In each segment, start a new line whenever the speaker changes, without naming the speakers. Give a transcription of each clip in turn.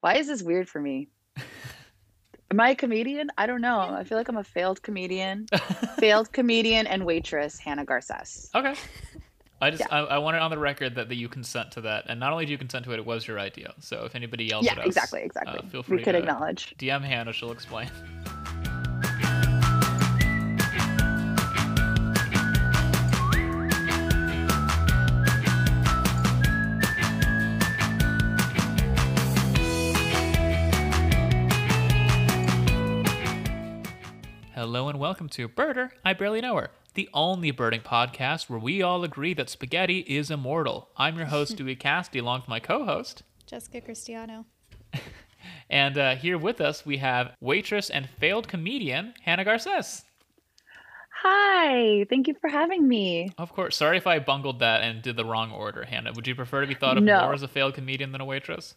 Why is this weird for me? Am I a comedian? I don't know. I feel like I'm a failed comedian, failed comedian and waitress, Hannah Garces.
Okay. I just I, I want it on the record that, that you consent to that, and not only do you consent to it, it was your idea. So if anybody yells
Yeah,
at us,
exactly, exactly.
uh, feel free
we could
to
acknowledge.
DM Hannah. She'll explain. Hello and welcome to Birder, I Barely Know Her, the only birding podcast where we all agree that spaghetti is immortal. I'm your host, Dewey Cassidy, along with my co host,
Jessica Cristiano.
and uh, here with us, we have waitress and failed comedian Hannah Garces.
Hi, thank you for having me.
Of course. Sorry if I bungled that and did the wrong order, Hannah. Would you prefer to be thought of
No.
more as a failed comedian than a waitress?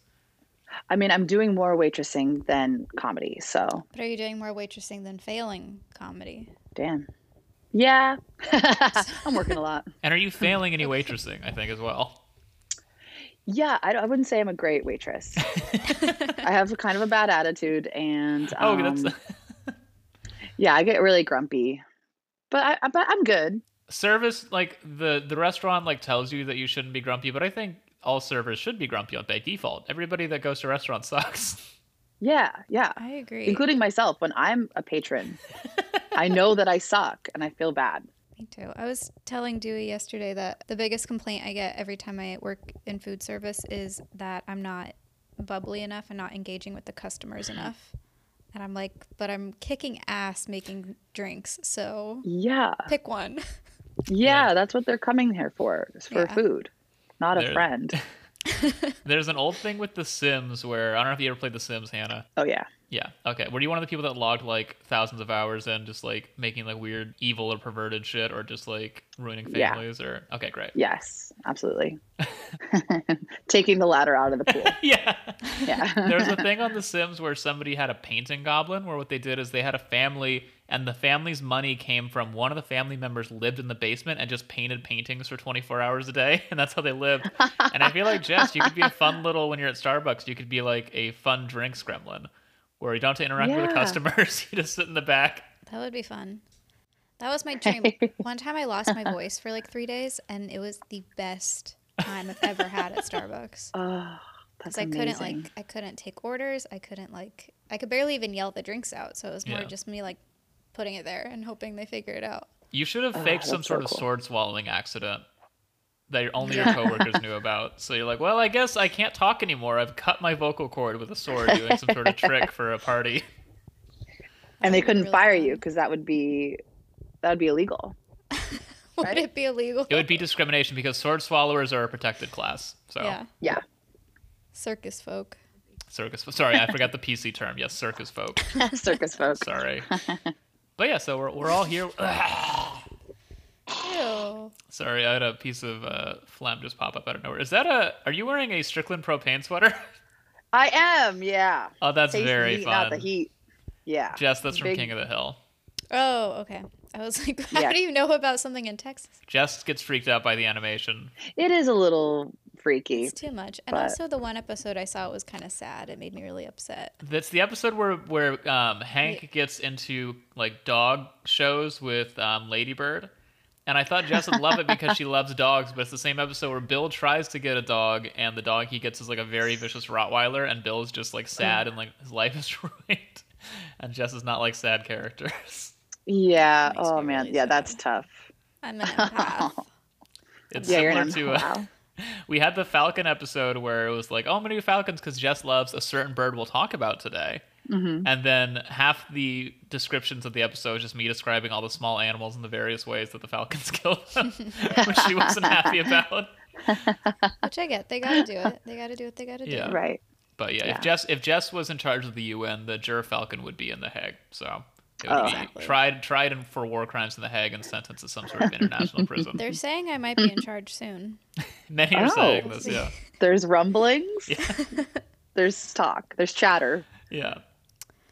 I mean, I'm doing more waitressing than comedy, so
But are you doing more waitressing than failing comedy?
damn. Yeah, I'm working a lot.
And are you failing any waitressing? I think as well.
Yeah, I, don't- I wouldn't say I'm a great waitress. I have a kind of a bad attitude, and
Oh, okay,
um,
that's
yeah, I get really grumpy, but I, I but I'm good.
service. Like the the restaurant like tells you that you shouldn't be grumpy, but I think all servers should be grumpy on by default. Everybody that goes to restaurants sucks.
Yeah, yeah,
I agree.
including myself when I'm a patron. I know that I suck and I feel bad.
Me too. I was telling Dewey yesterday that the biggest complaint I get every time I work in food service is that I'm not bubbly enough and not engaging with the customers enough. And I'm like, but I'm kicking ass making drinks, so
Yeah,
pick one.
yeah, that's what they're coming here for. Is for
Yeah.
food, not a
They're-
friend.
There's an old thing with The Sims where I don't know if you ever played The Sims, Hannah.
Oh yeah,
Yeah. Okay. Were you one of the people that logged like thousands of hours in, just like making like weird, evil or perverted shit, or just like ruining
Yeah.
families? Or okay, great.
yes, absolutely. Taking the ladder out of the pool.
Yeah.
Yeah.
There was a thing on The Sims where somebody had a painting goblin, where what they did is they had a family, and the family's money came from one of the family members lived in the basement and just painted paintings for 24 hours a day, and that's how they lived. and I feel like Jess, you could be a fun little when you're at Starbucks, you could be like a fun drinks gremlin, where you don't have to interact with the
Yeah.
customers, you just sit in the back.
That would be fun. That was my dream. One time I lost my voice for like three days, and it was the best time I've ever had at Starbucks.
oh, that's
Because I couldn't
amazing.
like I couldn't take orders. I couldn't like I could barely even yell the drinks out. So it was more
Yeah.
just me like putting it there and hoping they figure it out.
You should have
Ah,
faked some
that's
sort
so
of
cool.
sword swallowing accident that your, only your coworkers knew about. So you're like, well, I guess I can't talk anymore. I've cut my vocal cord with a sword doing some sort of trick for a party.
and
That
they
would be
couldn't
really
fire
fun.
you because that would be that would be illegal.
Would
Right?
it be illegal?
It would be discrimination because sword swallowers are a protected class. So
Yeah,
Yeah.
circus folk.
circus. Sorry, I forgot the PC term. Yes, circus folk.
Circus folk.
Sorry. But yeah, so we're, we're all here.
Ew. Oh,
Sorry, I had a piece of uh, phlegm just pop up out of nowhere. Is that a? Are you wearing a Strickland propane sweater?
I am, yeah.
Oh, that's
Taste the
very
heat,
fun.
Not the heat. Yeah.
Jess, that's from
Big-
King of the Hill.
Oh, okay. I was like, how
Yeah.
do you know about something in Texas?
Jess gets freaked out by the animation.
It is a little freaky.
It's too much. And
But-
also the one episode I saw was kind of sad. It made me really upset.
That's the episode where where um, Hank gets into like dog shows with um, Ladybird, and I thought Jess would love it because she loves dogs. But it's the same episode where Bill tries to get a dog, and the dog he gets is like a very vicious Rottweiler, and Bill's just like sad and like his life is ruined, and Jess is not like sad characters.
Yeah.
Makes
Oh
me
man.
really
yeah,
sad.
that's tough.
I'm an empath.
It's
Yeah, you're
similar
an
to uh,
wow.
we had the Falcon episode where it was like, oh, I'm gonna do Falcons because Jess loves a certain bird we'll talk about today.
Mhm.
And then half the descriptions of the episode was just me describing all the small animals and the various ways that the falcons kill them, which she wasn't happy about.
Which I get. They gotta do it. They gotta do what they gotta do.
Yeah.
Right.
But yeah,
Yeah.
if Jess if Jess was in charge of the UN, the juror falcon would be in the Hague. So it would
Oh.
be
Exactly.
tried tried and for war crimes in the Hague and sentenced to some sort of international prison.
They're saying I might be in charge soon.
Many are
Oh.
saying this, yeah.
There's rumblings. There's talk. There's chatter.
Yeah.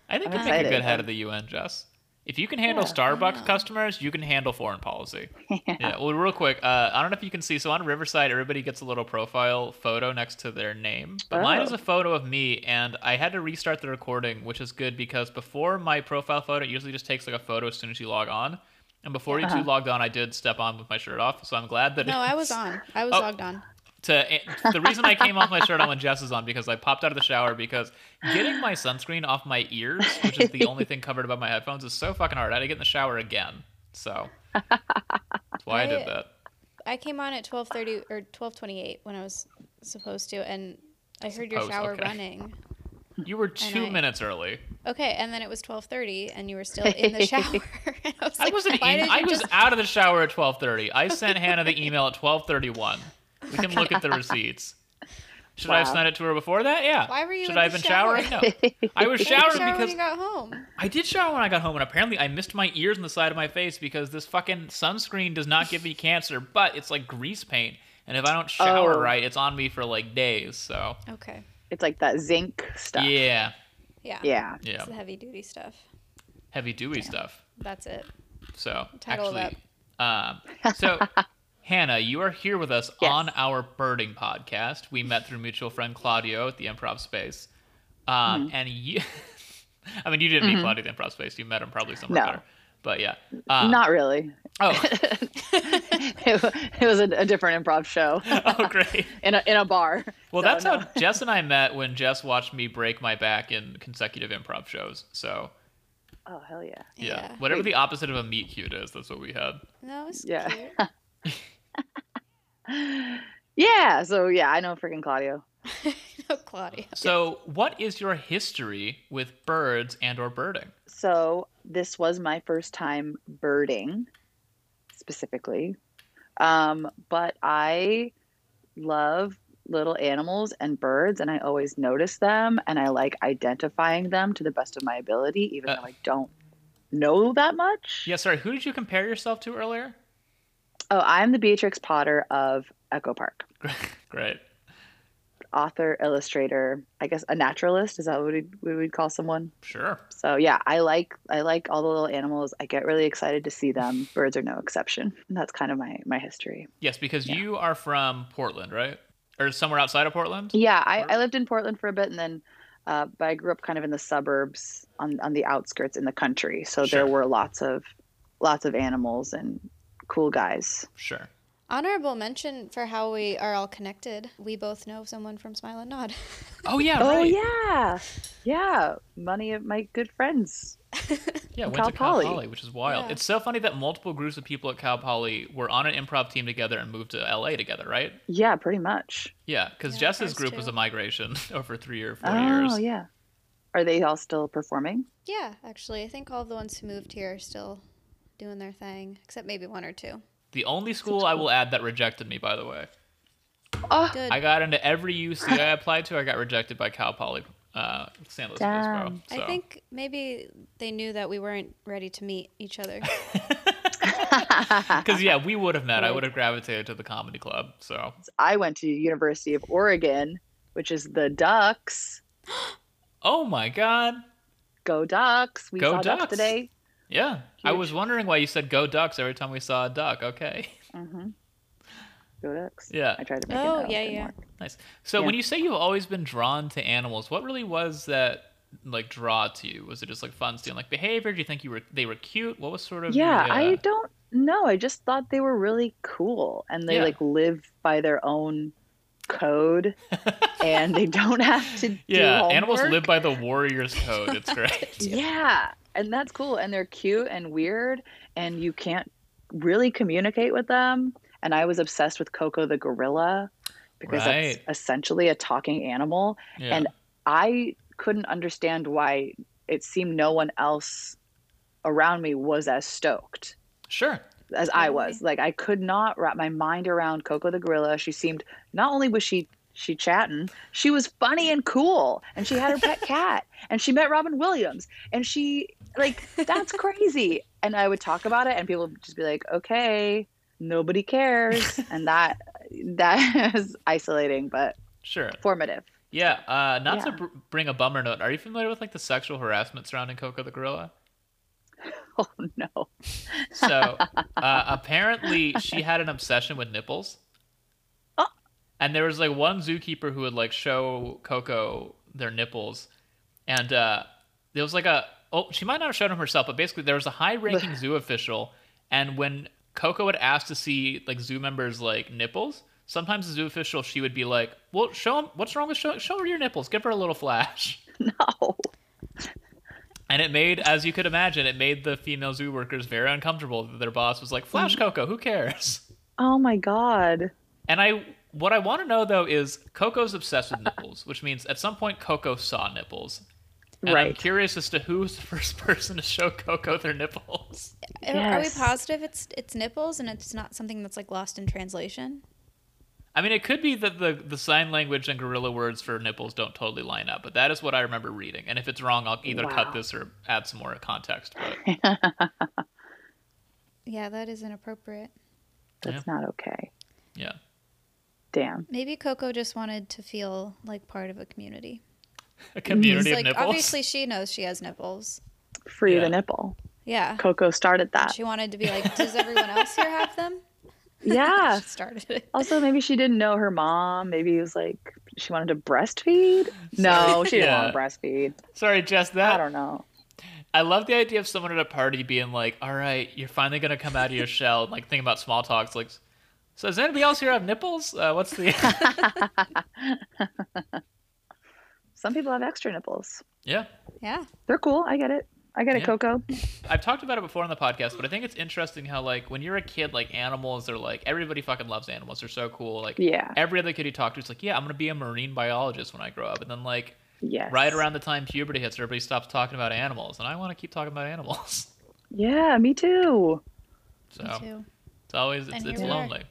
I think
I'm
you'd make a
excited.
good head of the UN, Jess. If you can handle
Yeah, I
know.
Starbucks customers, you can handle foreign policy.
Yeah.
Yeah. Well, real quick, uh, I don't know if you can see. So on Riverside, everybody gets a little profile photo next to their name, but mine is
Oh.
a photo of me, and I had to restart the recording, which is good because before my profile photo, it usually just takes like a photo as soon as you log on, and before you
Uh-huh.
two logged on, I did step on with my shirt off, so I'm glad that
No,
it's-
I was on. I was
Oh.
logged on.
to eh, the reason I came off my shirt on when Jess was on because I popped out of the shower because getting my sunscreen off my ears, which is the only thing covered above my headphones, is so fucking hard. I had to get in the shower again. So that's why I did
Right.
that.
I came on at 12:30 or 12:28 when I was supposed to and I heard your
Suppose,
shower
okay.
running.
You were two
I-
minutes early.
Okay, and then it was 12:30 and you were still in the shower. And I was
I
like,
wasn't
why
in.
did
I
you
was
just-
out of the shower at twelve thirty. I sent Hannah the email at twelve thirty one. We can look at the receipts. Should I have
Wow.
sent it to her before that? Yeah.
Why were you
Should
in
I
the
have been showering? No. I was
why did you
showering
shower when
because
you got home.
I did shower when I got home, and apparently I missed my ears on the side of my face because this fucking sunscreen does not give me cancer, but it's like grease paint, and if I don't shower
Oh.
right, it's on me for like days. So
Okay.
it's like that zinc stuff.
yeah,
Yeah.
Yeah.
yeah,
It's the heavy duty stuff.
heavy dewy stuff.
That's it.
So
Title
actually, um, so Hannah, you are here with us
Yes.
on our birding podcast. We met through mutual friend Claudio at the Improv Space, um,
Mm-hmm.
and you. I mean, you didn't meet Claudio at the Improv Space. You met him probably somewhere
No.
better. But yeah, um,
Not really.
oh,
It, wa- it was a, a different improv show
oh, great.
in a in a bar.
Well,
So,
that's
no.
how Jess and I met when Jess watched me break my back in consecutive improv shows. So
Oh hell yeah!
yeah,
Yeah.
whatever the opposite of a meet cute is, that's what we had.
No, it's
Yeah.
cute.
Yeah. So yeah, I know freaking Claudio.
no, Claudia.
So, what is your history with birds and or birding?
So this was my first time birding, specifically, um, but I love little animals and birds, and I always notice them, and I like identifying them to the best of my ability, even
Uh.
though I don't know that much.
Yeah, sorry, who did you compare yourself to earlier?
Oh, I'm the Beatrix Potter of Echo Park.
Great.
Author, illustrator, I guess a naturalist is that what we we would call someone.
Sure.
So yeah, I like I like all the little animals. I get really excited to see them. Birds are no exception. And that's kind of my my history.
Yes, because
Yeah.
you are from Portland, right? Or somewhere outside of Portland?
Yeah, I, I lived in Portland for a bit, and then uh, but I grew up kind of in the suburbs on on the outskirts in the country. So
Sure.
there were lots of lots of animals and cool guys.
Sure.
Honorable mention for how we are all connected. We both know someone from Smile and Nod.
Oh yeah,
Oh
right.
yeah, yeah. Money of my good friends.
Yeah, went
Cal
to Cal
Poly.
Poly, which is wild.
Yeah.
It's so funny that multiple groups of people at Cal Poly were on an improv team together and moved to LA together, right?
Yeah, pretty much.
Yeah, because
Yeah,
Jess's
ours
group was
too.
a migration over three or four years.
Oh yeah. Are they all still performing?
yeah, actually, I think all of the ones who moved here are still doing their thing, except maybe one or two.
The only school I will add that rejected me, by the way.
Oh,
Good.
I got into every UC I applied to. I got rejected by Cal Poly, uh, San Luis Obispo.
Damn.
So.
I think maybe they knew that we weren't ready to meet each other.
because yeah, we would have met. I
Right.
would have gravitated to the comedy club. So
I went to University of Oregon, which is the Ducks.
oh my god,
Go Ducks! We
Go
saw Ducks,
Ducks.
today.
yeah. I
Huge.
was wondering why you said "go ducks" every time we saw a duck. Okay,
hmm Go Ducks!
Yeah.
I tried to make
Oh,
it. that
yeah,
didn't
yeah.
work.
nice. So
Yeah.
when you say you've always been drawn to animals, what really was that like draw to you? Was it just like fun seeing like behavior? Do you think you were they were cute? What was sort of
Yeah,
your, uh,
I don't know. I just thought they were really cool, and they
Yeah.
like live by their own code, and they don't have to.
yeah
do
animals
homework.
live by the warrior's code. It's great.
Yeah, and that's cool. And they're cute and weird, and you can't really communicate with them. And I was obsessed with Coco the gorilla because
Right.
that's essentially a talking animal.
Yeah.
And I couldn't understand why it seemed no one else around me was as stoked
sure.
as I was. Like I could not wrap my mind around Coco the gorilla. She seemed not only was she she chatting, she was funny and cool, and she had her pet cat, and she met Robin Williams, and she like that's crazy. And I would talk about it, and people would just be like, "Okay, nobody cares," and that that is isolating but
Sure.
formative.
Yeah. Uh, not to
Yeah.
br- bring a bummer note. Are you familiar with like the sexual harassment surrounding Coco the gorilla?
Oh no.
So uh, apparently, she had an obsession with nipples.
Oh.
And there was like one zookeeper who would like show Coco their nipples, and uh, there was like a oh she might not have shown him herself, but basically there was a high-ranking zoo official, and when Coco would ask to see like zoo members like nipples, sometimes the zoo official she would be like, "Well, show him what's wrong with show show her your nipples, give her a little flash."
No.
And it made, as you could imagine, it made the female zoo workers very uncomfortable that their boss was like,
Mm.
Flash Coco, who cares?
Oh my god.
And I, what I want to know though is Coco's obsessed with nipples, which means at some point Coco saw nipples. And I'm
right.
curious as to who's the first person to show Coco their nipples.
Are- Are we
Yes.
positive it's it's nipples and it's not something that's like lost in translation?
I mean, it could be that the, the sign language and gorilla words for nipples don't totally line up, but that is what I remember reading. And if it's wrong, I'll either
Wow.
cut this or add some more context. But
Yeah, that is inappropriate.
That's not okay.
yeah.
Damn.
Maybe Coco just wanted to feel like part of a community.
A community of
It's like
nipples.
obviously she knows she has nipples.
Free
Yeah.
the nipple.
Yeah.
Coco started that.
She wanted to be like, does everyone else here have them?
Yeah.
she started it.
Oh.
Also, maybe she didn't know her mom. Maybe it was like she wanted to breastfeed. No, she didn't
Yeah. Uh,
want to breastfeed.
Sorry, Jess,
I
that
don't know.
I love the idea of someone at a party being like, "All right, you're finally gonna come out of your shell." and, Like thinking about small talks, like, "So does anybody else here have nipples? Uh, what's the?"
Some people have extra nipples.
yeah,
Yeah.
They're cool. I get it. I get it,
Yeah.
Coco.
I've talked about it before on the podcast, but I think it's interesting how like when you're a kid, like animals are like everybody fucking loves animals. They're so cool. Like
Yeah.
every other kid you talk to is like, "Yeah, I'm gonna be a marine biologist when I grow up." And then like
Yes.
right around the time puberty hits, everybody stops talking about animals, and I want to keep talking about animals.
Yeah, me too.
so
Me too.
it's always it's,
And
it's
here we are.
lonely.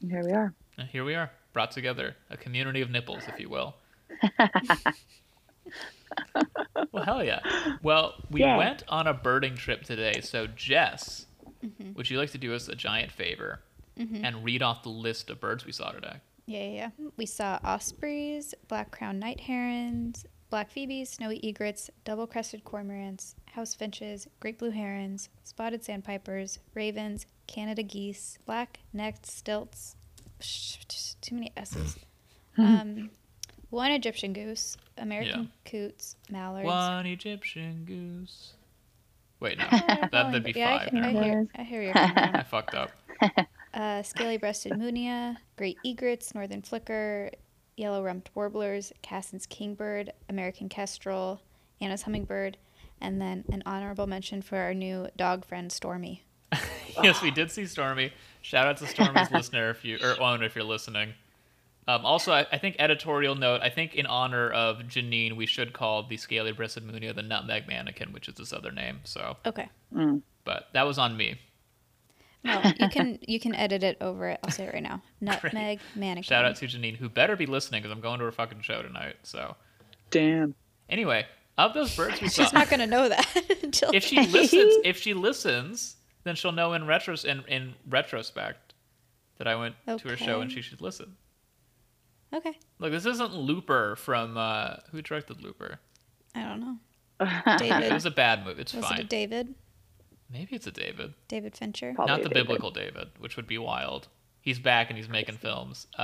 And Here we are.
And here we are, brought together, a community of nipples, if you will. well, hell yeah. Well, we
Yeah.
went on a birding trip today. So, Jess, would you like to do us a giant favor and read off the list of birds we saw today?
Yeah, yeah, yeah. We saw ospreys, black crowned night herons, black phoebes, snowy egrets, double crested cormorants, house finches, great blue herons, spotted sandpipers, ravens, Canada geese, black necked stilts. Psh, just too many S's. Um, one Egyptian goose, American coots, mallards.
One Egyptian goose. Wait, no.
Oh, I'm
that,
going,
that'd be
but yeah, I
five.
can- I,
Never mind.
hear, I hear you.
I fucked up.
uh, scaly-breasted munia, great egrets, northern flicker, yellow-rumped warblers, Cassin's kingbird, American kestrel, Anna's hummingbird, and then an honorable mention for our new dog friend Stormy.
yes, we did see Stormy. Shout out to Stormy's listener if you or owner if you're listening. Um, also, I, I think editorial note. I think in honor of Janine, we should call the scaly breasted Munia the Nutmeg Mannequin, which is his other name. So,
Okay.
but that was on me.
No, you can you can edit it over it. I'll say it right now. Nutmeg mannequin.
Shout out to Janine, who better be listening because I'm going to her fucking show tonight. So,
Damn.
anyway, of those birds we saw,
She's not gonna know that until
if she listens, if she listens, then she'll know in retros in, in retrospect that I went to her show and she
Okay.
should listen.
Okay.
Look, this isn't Looper from uh, who directed Looper.
I don't know.
It
David
was a bad movie. It's
was it a
fine.
David?
Maybe it's a David,
David Fincher.
Probably
not the
David.
biblical David, which would be wild. He's back and he's making films.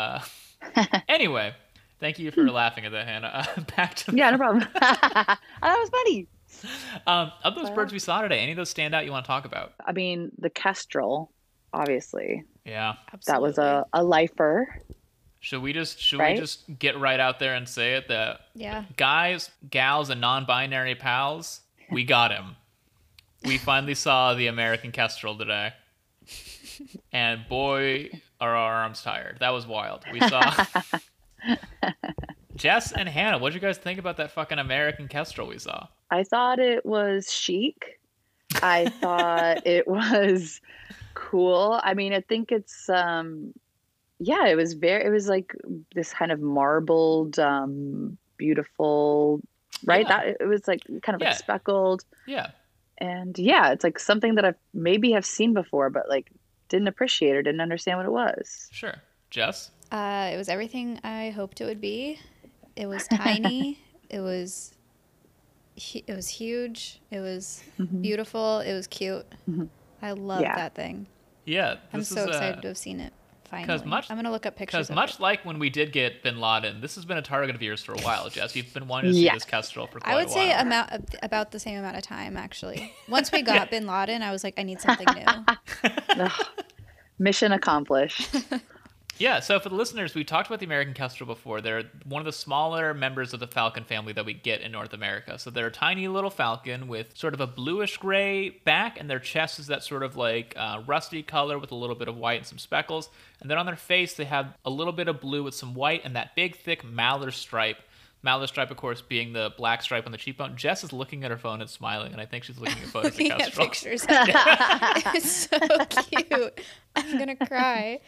Uh, anyway, thank you for laughing at that, Hannah. Uh, back to
Yeah, no problem. that was funny.
um, of those birds we saw today. Any of those stand out you want to talk about?
I mean, the kestrel, obviously.
Yeah.
That was a, a lifer.
Should we just should
Right?
we just get right out there and say it that
Yeah.
guys, gals, and non-binary pals, we got him. We finally saw the American Kestrel today, and boy, are our arms tired. That was wild. We saw Jess and Hannah. What would you guys think about that fucking American Kestrel we saw?
I thought it was chic. I thought it was cool. I mean, I think it's um yeah, it was very it was like this kind of marbled um beautiful right?
Yeah.
That it was like kind of
Yeah.
like speckled
Yeah,
and yeah, it's like something that I've maybe have seen before but like didn't appreciate or didn't understand what it was.
sure. Jess,
Uh, it was everything I hoped it would be. It was tiny. it was hu- it was huge. It was
Mhm.
beautiful. It was cute.
Mhm.
I love
Yeah.
that thing.
Yeah,
I'm
this
so
is, uh,
excited to have seen it. Finally,
much-
I'm gonna look up pictures.
Because
of
much
it.
like when we did get Bin Laden, this has been a target of yours for a while, Jess. You've been wanting to
Yeah.
see this Kestrel for quite
I would
a
say
while.
amount about the same amount of time actually. Once we got Bin Laden, I was like, I need something new.
Ugh. Mission accomplished.
yeah. So for the listeners, we talked about the American Kestrel before. They're one of the smaller members of the falcon family that we get in North America. So they're a tiny little falcon with sort of a bluish gray back, and their chest is that sort of like uh, rusty color with a little bit of white and some speckles. And then on their face, they have a little bit of blue with some white and that big thick malar stripe. Malar stripe, of course, being the black stripe on the cheekbone. Jess is looking at her phone and smiling, and I think she's looking at photos
looking
of
at
Kestrel.
pictures. of it. it's so cute. I'm gonna cry.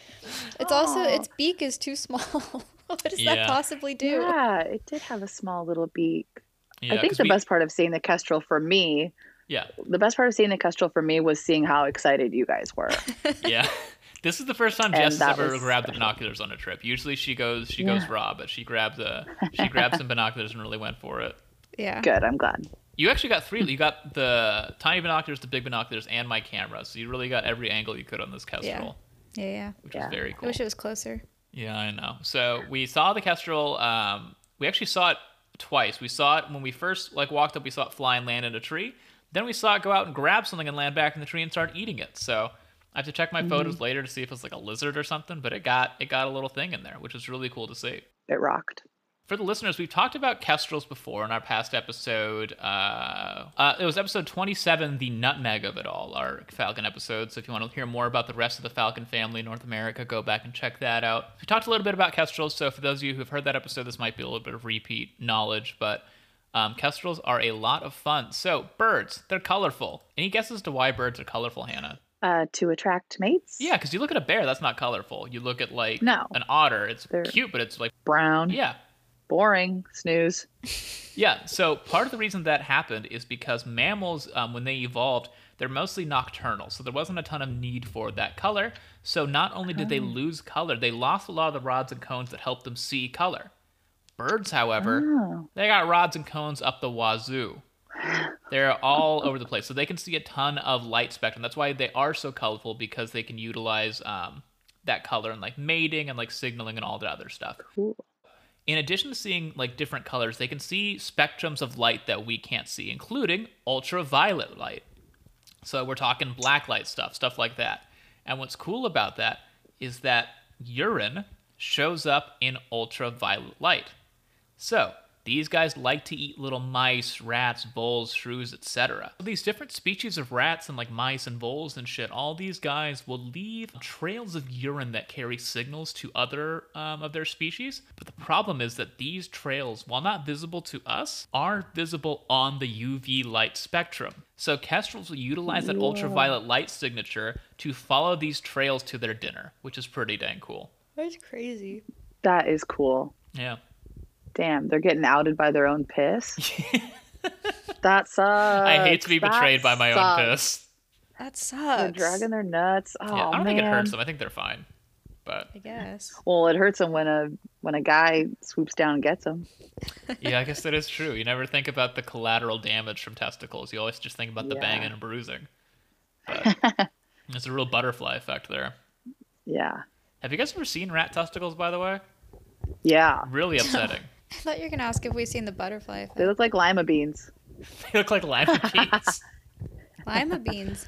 It's also
Aw.
its beak is too small. what does
Oh. Yeah.
that possibly do?
yeah, it did have a small little beak.
Yeah,
I think
'cause
the
we-
best part of seeing the Kestrel for me,
Yeah,
the best part of seeing the Kestrel for me was seeing how excited you guys were.
yeah. this is the first time
And
Jess has
that
ever
was
grabbed
special.
binoculars on a trip. Usually she goes she goes
Yeah.
raw, but she grabbed a she grabbed some binoculars and really went for it.
Yeah.
Good, I'm glad.
You actually got three. You got the tiny binoculars, the big binoculars, and my camera. So you really got every angle you could on this Kestrel,
Yeah. Yeah.
which
Yeah.
was very cool.
I wish it was closer.
Yeah, I know. So we saw the Kestrel. Um, we actually saw it twice. We saw it when we first like walked up. We saw it fly and land in a tree. Then we saw it go out and grab something and land back in the tree and start eating it. So I have to check my photos later to see if it's like a lizard or something. But it got it got a little thing in there, which is really cool to see.
It rocked.
For the listeners, we've talked about kestrels before in our past episode. Uh, uh, it was episode 27, the nutmeg of it all, our Falcon episode. So if you want to hear more about the rest of the Falcon family in North America, go back and check that out. We talked a little bit about kestrels. So for those of you who've heard that episode, this might be a little bit of repeat knowledge, but um, kestrels are a lot of fun. So birds, they're colorful. Any guesses as to why birds are colorful, Hannah?
Uh, to attract mates.
Yeah, because you look at a bear, that's not colorful. You look at like
No.
an otter, it's
They're-
cute, but it's like,
Brown.
yeah,
Boring. Snooze.
Yeah, so part of the reason that happened is because mammals, um, when they evolved, they're mostly nocturnal, so there wasn't a ton of need for that color. So not only did they lose color, they lost a lot of the rods and cones that helped them see color. Birds, however,
Oh.
they got rods and cones up the wazoo. They're all over the place, so they can see a ton of light spectrum. That's why they are so colorful because they can utilize um, that color and like mating and like signaling and all that other stuff
Cool.
in addition to seeing like different colors, they can see spectrums of light that we can't see, including ultraviolet light. So we're talking black light stuff, stuff like that. And what's cool about that is that urine shows up in ultraviolet light. So these guys like to eat little mice, rats, voles, shrews, etc. These different species of rats and like mice and voles and shit, all these guys will leave trails of urine that carry signals to other um, of their species. But the problem is that these trails, while not visible to us, are visible on the UV light spectrum. So kestrels will utilize that ultraviolet light signature to follow these trails to their dinner, which is pretty dang cool.
That's crazy.
That is cool.
Yeah.
Damn, they're getting outed by their own piss. that sucks.
I hate to be
That
betrayed by my
sucks.
own piss.
That
They're
sucks.
dragging their nuts. Oh
yeah, I don't
man.
think it hurts them. I think they're fine. But
I guess.
Well, it hurts them when a when a guy swoops down and gets them.
yeah, I guess that is true. You never think about the collateral damage from testicles. You always just think about the
Yeah.
banging and bruising. But it's a real butterfly effect there.
Yeah.
Have you guys ever seen rat testicles, by the way?
Yeah.
Really upsetting.
I thought you were gonna ask if we've seen the butterfly
They
effect.
look like lima beans.
they look like lima beans.
Lima beans.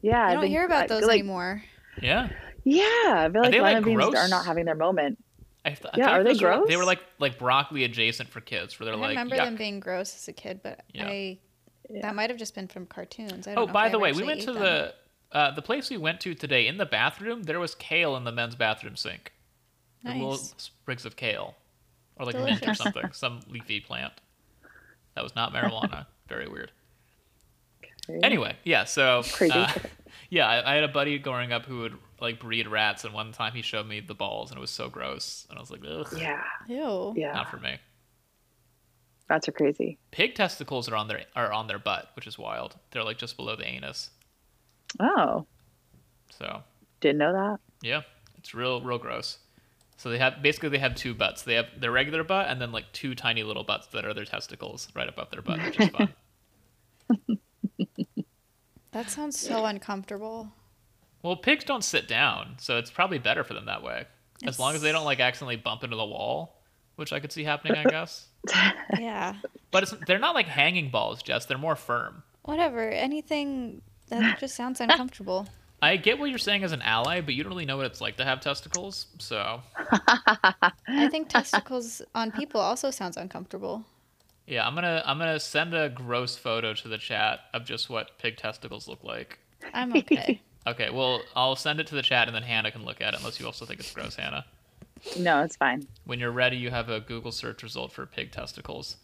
Yeah.
I
I've
don't
been-
hear about
I feel
those
like-
anymore.
Yeah.
Yeah, I feel like
they,
lima
like,
beans
gross?
are not having their moment.
I, th- I
Yeah,
feel like
are they
those were- they
gross?
were like like broccoli adjacent for kids, where they're
I
like.
remember
yuck.
them being gross as a kid, but
Yeah.
I
Yeah.
that might have just been from cartoons. I don't
Oh,
know if
by
I
the
ever
way, we
actually
went
ate
to
them.
the uh, the place we went to today. In the bathroom, there was kale in the men's bathroom sink. There were little
Nice.
sprigs of kale, or like mint or
Delicious.
something, some leafy plant. That was not marijuana. Very weird. Anyway, yeah. So
Crazy.
uh, yeah, I, I had a buddy growing up who would like breed rats, and one time he showed me the balls, and it was so gross, and I was like, ugh,
Yeah.
Ew.
Yeah.
not for me.
Rats are crazy.
Pig testicles are on their are on their butt, which is wild. They're like just below the anus.
Oh,
So
didn't know that.
Yeah, it's real, real gross. So they have basically they have two butts. They have their regular butt and then like two tiny little butts that are their testicles right above their butt, which is fun.
That sounds so uncomfortable.
well, pigs don't sit down, so it's probably better for them that way. As long as they don't like accidentally bump into the wall, which I could see happening, I guess.
Yeah.
But it's, they're not like hanging balls, Jess. They're more firm.
Whatever. Anything that just sounds uncomfortable.
I get what you're saying as an ally, but you don't really know what it's like to have testicles, so
I think testicles on people also sounds uncomfortable.
Yeah, I'm gonna I'm gonna send a gross photo to the chat of just what pig testicles look like.
I'm okay.
Okay, well I'll send it to the chat and then Hannah can look at it unless you also think it's gross, Hannah.
No, it's fine.
When you're ready, you have a Google search result for pig testicles.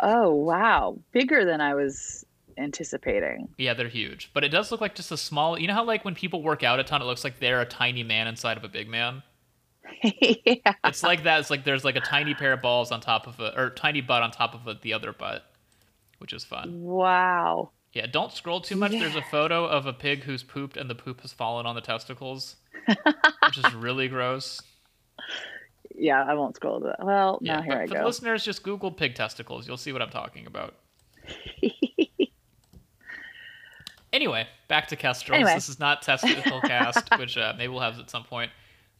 Oh wow, bigger than I was anticipating.
Yeah, they're huge, but it does look like just a small. You know how like when people work out a ton, it looks like they're a tiny man inside of a big man.
yeah.
It's like that. It's like there's like a tiny pair of balls on top of a or tiny butt on top of a, the other butt, which is fun.
Wow.
Yeah, don't scroll too much. There's a photo of a pig who's pooped and the poop has fallen on the testicles, which is really gross.
Yeah, I won't scroll to that. Well,
Yeah,
now here
but
I
for the
go.
listeners, just Google pig testicles. You'll see what I'm talking about. anyway, back to kestrels.
Anyway.
This is not testicle cast, which uh, maybe we'll have at some point.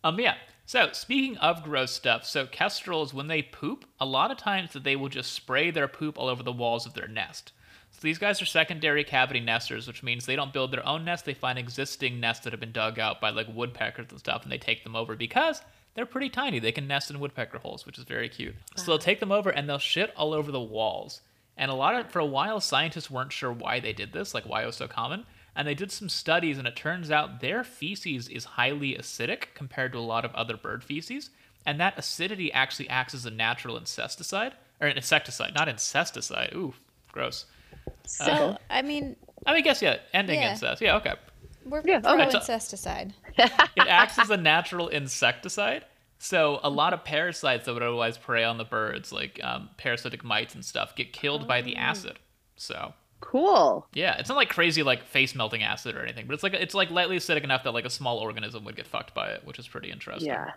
Um, yeah. So speaking of gross stuff, so kestrels when they poop, a lot of times that they will just spray their poop all over the walls of their nest. So these guys are secondary cavity nesters, which means they don't build their own nest. They find existing nests that have been dug out by like woodpeckers and stuff, and they take them over because they're pretty tiny. They can nest in woodpecker holes, which is very cute. So they'll take them over and they'll shit all over the walls. And a lot of for a while scientists weren't sure why they did this, like why it was so common. And they did some studies and it turns out their feces is highly acidic compared to a lot of other bird feces, and that acidity actually acts as a natural insecticide or an insecticide, not incesticide. Ooh, gross.
Uh-huh.
So,
Uh-huh.
I mean,
I mean, guess yeah, ending
Yeah.
incest. Yeah, okay.
we're
Yeah,
pro
okay.
incesticide.
It acts as a natural insecticide. So a lot of parasites that would otherwise prey on the birds, like um, parasitic mites and stuff, get killed by the acid. So
cool.
yeah, it's not like crazy like face melting acid or anything, but it's like it's like lightly acidic enough that like a small organism would get fucked by it, which is pretty interesting.
Yeah.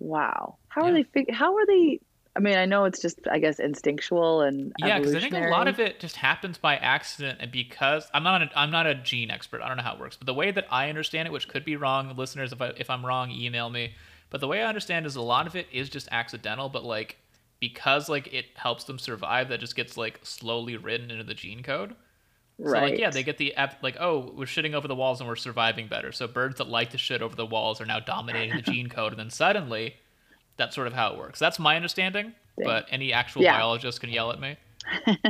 Wow. How are
Yeah.
they? Fig- how are they? I mean, I know it's just, I guess, instinctual and
Yeah, because I think a lot
evolutionary.
of it just happens by accident, and because I'm not a, I'm not a gene expert, I don't know how it works. But the way that I understand it, which could be wrong, listeners, if I, if I'm wrong, email me. But the way I understand is a lot of it is just accidental, but like because like it helps them survive, that just gets like slowly written into the gene code.
right?
So like yeah, they get the app like oh we're shitting over the walls and we're surviving better. So birds that like to shit over the walls are now dominating the gene code, and then suddenly, that's sort of how it works. That's my understanding.
Dang.
But any actual
Yeah.
biologist can yell at me.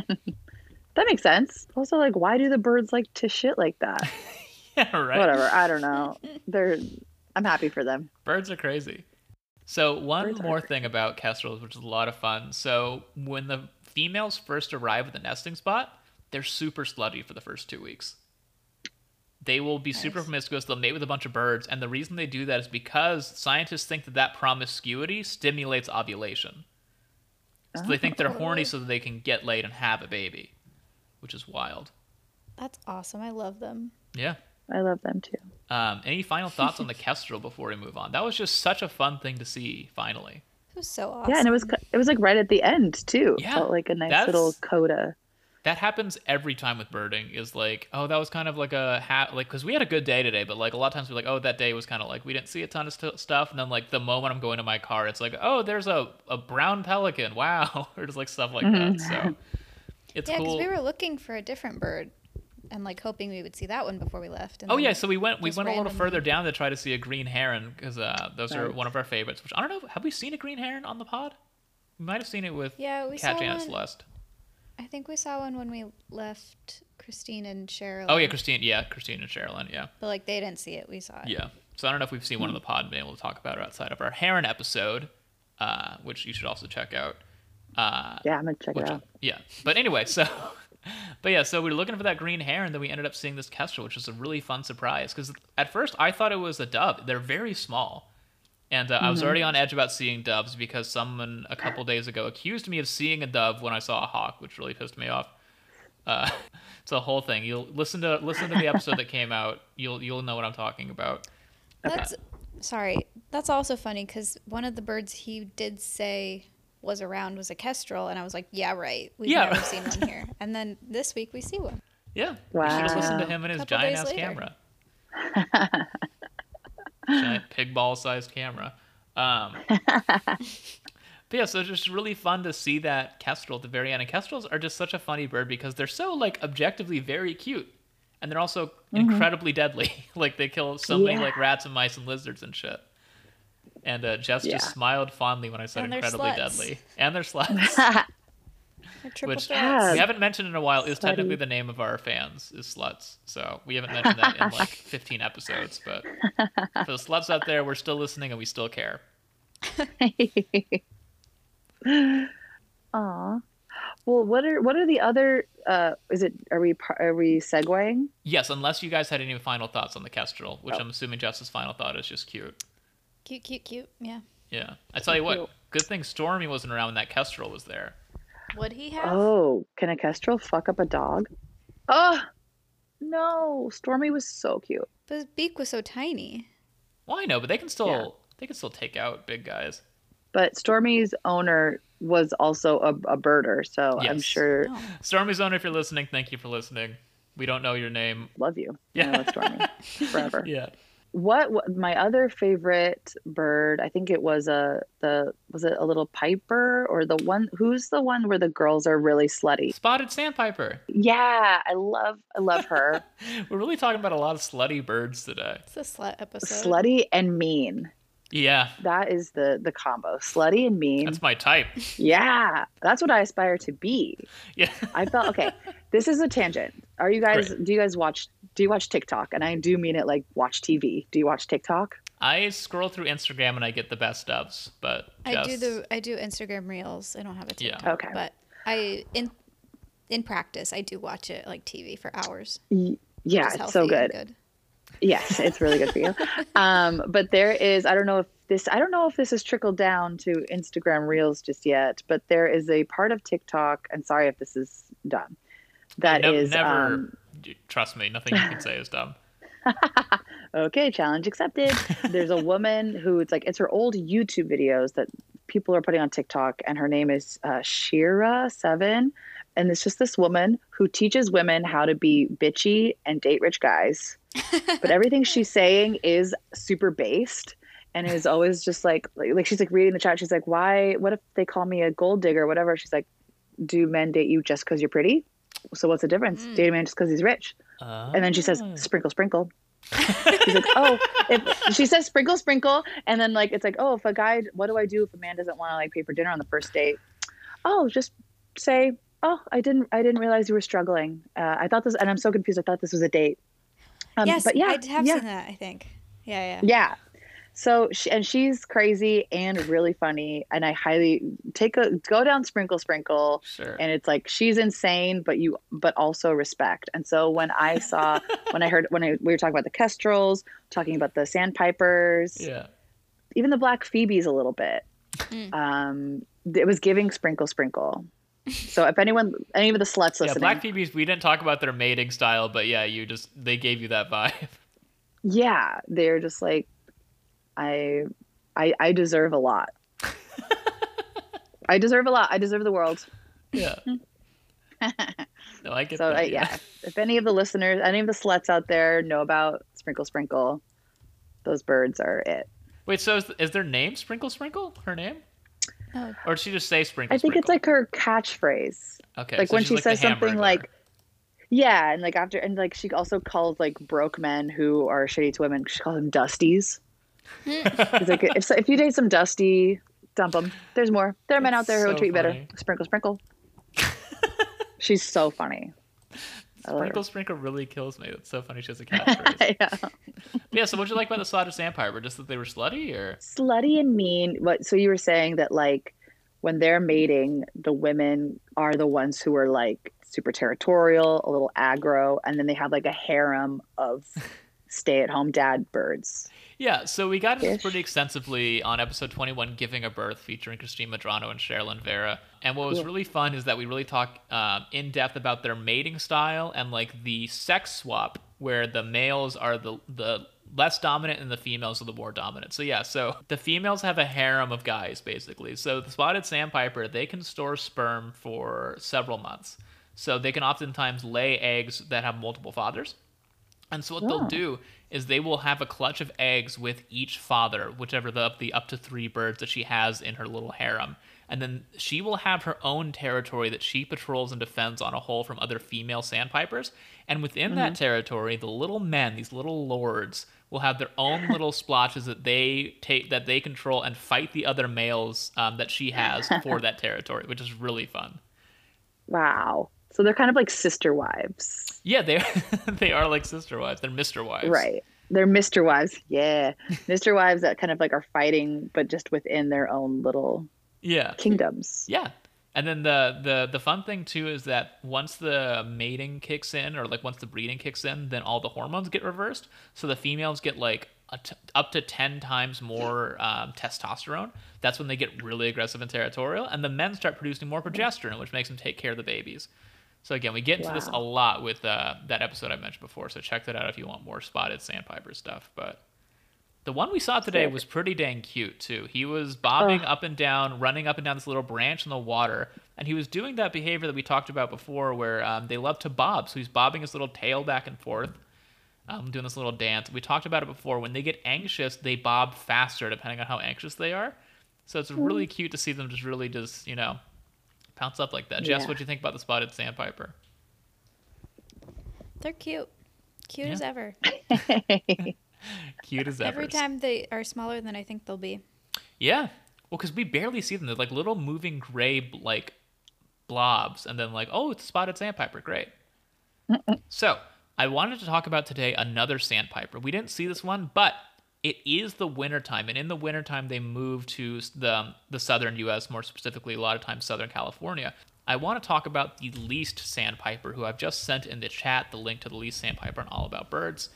that makes sense. Also, like, why do the birds like to shit like that?
Yeah, right.
Whatever. I don't know. They're. I'm happy for them.
Birds are crazy. So one
Birds are
more thing about kestrels, which is a lot of fun. So when the females first arrive at the nesting spot, they're super slutty for the first two weeks. They will be super
Nice.
promiscuous. They'll mate with a bunch of birds, and the reason they do that is because scientists think that that promiscuity stimulates ovulation. So they think they're horny
Oh.
so that they can get laid and have a baby, which is wild.
That's awesome. I love them.
Yeah.
I love them too.
Um, any final thoughts on the kestrel before we move on? That was just such a fun thing to see. Finally.
It was so awesome.
Yeah, and it was it was like right at the end too.
Yeah,
Felt like a nice
that's-
little coda.
that happens every time with birding is like oh that was kind of like a hat like because we had a good day today but like a lot of times we're like oh that day was kind of like we didn't see a ton of st- stuff and then like the moment i'm going to my car it's like oh there's a, a brown pelican wow or just like stuff like that so it's
Yeah, because
cool
we were looking for a different bird and like hoping we would see that one before we left. And
oh
then-
yeah so we went we
just
went a little
randomly.
further down to try to see a green heron because uh, those are
Right.
one of our favorites which i don't know have we seen a green heron on the pod we might have seen it with
Yeah, we
cat
saw
janet's
one.
lust
I think we saw one when we left Christine and Cheryl.
oh yeah christine yeah christine and sherilyn yeah
But like they didn't see it. We saw it.
Yeah. So I don't know if we've seen one on the pod and been able to talk about it outside of our Heron episode, uh, which you should also check out. Uh,
Yeah, I'm gonna check
which-
it out.
yeah. But anyway, so, but yeah, so we were looking for that green heron, then we ended up seeing this kestrel, which was a really fun surprise. Because at first I thought it was a dove. They're very small. And uh, I was
Mm-hmm.
already on edge about seeing doves because someone a couple days ago accused me of seeing a dove when I saw a hawk, which really pissed me off. Uh, it's a whole thing. You'll listen to listen to the episode that came out. You'll you'll know what I'm talking about.
That's sorry. That's also funny because one of the birds he did say was around was a kestrel, and I was like, yeah, right. We've
Yeah.
never seen one here. And then this week we see one.
Yeah. You should have listened to
Wow.
him and his
Couple
giant
days
ass
later.
camera. giant pig ball sized camera. Um, but yeah, so it's just really fun to see that kestrel at the very end. And kestrels are just such a funny bird because they're so like objectively very cute. And they're also
Mm-hmm.
incredibly deadly. like they kill so many
Yeah.
like rats and mice and lizards and shit. And uh, Jess
Yeah.
just smiled fondly when I said
And they're
incredibly
sluts.
deadly. And they're sluts.
They're triple
which
threats.
we haven't mentioned in a while is
Slutty.
technically the name of our fans is sluts so we haven't mentioned that in like 15 episodes but for the sluts out there we're still listening and we still care
Aw. Well, what are what are the other? Uh, is it are we par- are we segueing?
yes unless you guys had any final thoughts on the kestrel which i'm assuming jess's final thought is just cute
Cute, cute, cute. Yeah.
yeah i tell you what
Cute.
good thing stormy wasn't around when that kestrel was there
Would he have?
Oh, can a kestrel fuck up a dog? Oh, no! Stormy was so cute.
But his beak was so tiny.
well i know but they can still
Yeah.
they can still take out big guys
But Stormy's owner was also a, a birder, so I'm
Yes.
sure
No.
stormy's owner if you're listening thank you for listening we don't know your name
love you.
Yeah.
Yeah, I love Stormy forever.
yeah
What, wa- my other favorite bird? I think it was a the was it a little piper or the one who's the one where the girls are really slutty.
spotted sandpiper
Yeah, I love I love her.
we're really talking about a lot of slutty birds today
It's a slut episode.
slutty and mean.
yeah
That is the the combo. Slutty and mean.
that's my type
yeah. That's what I aspire to be.
yeah
I felt okay. this is a tangent. Are you guys do you guys watch do you watch TikTok? And I do mean it like watch TV. Do you watch TikTok?
I scroll through Instagram and I get the best ofs, but
I do
just-
the I do Instagram reels. I don't have a
Yeah.
TikTok.
Okay.
But I in in practice I do watch it like TV for hours.
Y- yeah,
which is
it's so
healthy and
good. Yes, it's really good for you. Um, but there is I don't know if this I don't know if this has trickled down to Instagram Reels just yet, but there is a part of TikTok, and sorry if this is dumb. That
Ne-
is
never
um,
trust me. Nothing you can say is dumb.
okay, challenge accepted. There's a woman who it's like it's her old YouTube videos that people are putting on TikTok, and her name is uh, Shira Seven, and it's just this woman who teaches women how to be bitchy and date rich guys, but everything she's saying is super based. And is always just like, like like she's like reading the chat. She's like, why? What if they call me a gold digger? or Whatever. She's like, do men date you just because you're pretty? So what's the difference?
Mm.
Date a man just because he's rich? And then she says,
Oh.
Ah.
sprinkle, sprinkle. She's like, oh, if she says sprinkle, sprinkle. And then like, it's like, oh, if a guy, what do I do if a man doesn't want to like pay for dinner on the first date? Oh, just say, oh, I didn't, I didn't realize you were struggling. Uh, I thought this, and I'm so confused. I thought this was a date. Um,
yes,
but yeah,
I have
yeah,
seen that, I think. Yeah, yeah.
yeah. So she, and she's crazy and really funny, and I highly take a go down sprinkle sprinkle
sure.
and it's like she's insane but you but also respect and so when i saw when i heard when I, we were talking about the kestrels talking about the sandpipers
yeah.
even the black phoebes a little bit
Mm.
um it was giving sprinkle sprinkle so if anyone any of the sluts
Yeah,
listening
Black Phoebes, we didn't talk about their mating style, but yeah, you just they gave you that vibe.
yeah they're just like i i i deserve a lot i deserve a lot i deserve the world
Yeah. no, I get
so
that.
I, yeah if any of the listeners any of the sluts out there know about sprinkle sprinkle those birds are it
Wait, so is, is their name Sprinkle Sprinkle? Her name?
Oh.
Or did she just say Sprinkle?
i think it's
Sprinkle?
like her catchphrase
okay,
like
so
when
she's
she
the
says something
hamburger.
like yeah and like after and like she also calls like broke men who are shitty to women she calls them dusties it's like if, if you date some dusty dump them there's more there are men
That's
out there who will
so
treat you better
funny.
sprinkle sprinkle she's so funny "Oh, I love her.
Sprinkle Sprinkle really kills me. That's so funny. She has a catchphrase.
yeah.
yeah. So what'd you like about the Slaughter Sandpiper? Just that they were slutty, or
slutty and mean but so you were saying that like when they're mating the women are the ones who are like super territorial a little aggro and then they have like a harem of stay-at-home dad birds
Yeah, so we got into this
Ish.
pretty extensively on episode 21, Giving a Birth, featuring Christine Madrano and Sherilyn Vera. And what was
Cool.
really uh, fun is that we really talk um, in depth about their mating style and like the sex swap where the males are the the less dominant and the females are the more dominant. So yeah, so the females have a harem of guys basically. So the spotted sandpiper, they can store sperm for several months. So they can oftentimes lay eggs that have multiple fathers. And so what they'll
Yeah.
do is they will have a clutch of eggs with each father, whichever the the up to three birds that she has in her little harem. And then she will have her own territory that she patrols and defends on a whole from other female sandpipers. And within that
Mm-hmm.
territory, the little men, these little lords, will have their own little splotches that they take that they control and fight the other males um, that she has for that territory, which is really fun.
Wow. So they're kind of like sister wives.
Yeah, they they are like sister wives. They're Mister wives.
Right. They're Mr. Wives. Yeah. Mr. Wives that kind of like are fighting, but just within their own little
Yeah.
kingdoms.
Yeah. And then the, the the fun thing too is that once the mating kicks in, or like once the breeding kicks in, then all the hormones get reversed. So the females get like a t- up to ten times more um, testosterone. That's when they get really aggressive and territorial, and the men start producing more progesterone, which makes them take care of the babies. So again, we get into this a
Wow.
lot with uh, that episode I mentioned before. So check that out if you want more spotted sandpiper stuff. But the one we saw today
Sick.
was pretty dang cute too. He was bobbing up and down, running up and down this little branch in the water, and he was doing that behavior that we talked about before, where um, they love to bob. So he's bobbing his little tail back and forth, um, doing this little dance. We talked about it before. When they get anxious, they bob faster, depending on how anxious they are. So it's really cute to see them just really just you know pounce up like that. Jess,
Yeah.
what do you think about the spotted sandpiper?
They're cute. Cute
Yeah.
as ever.
Cute as ever.
Every time they are smaller than I think they'll be.
Yeah. Well, because we barely see them. They're like little moving gray like blobs, and then like, oh, it's a spotted sandpiper. Great. so I wanted to talk about today another sandpiper. We didn't see this one, but it is the wintertime, and in the wintertime they move to s- the um, the southern U.S. more specifically, a lot of times Southern California. I want to talk about the least sandpiper, who I've just sent in the chat the link to the least sandpiper on All About Birds.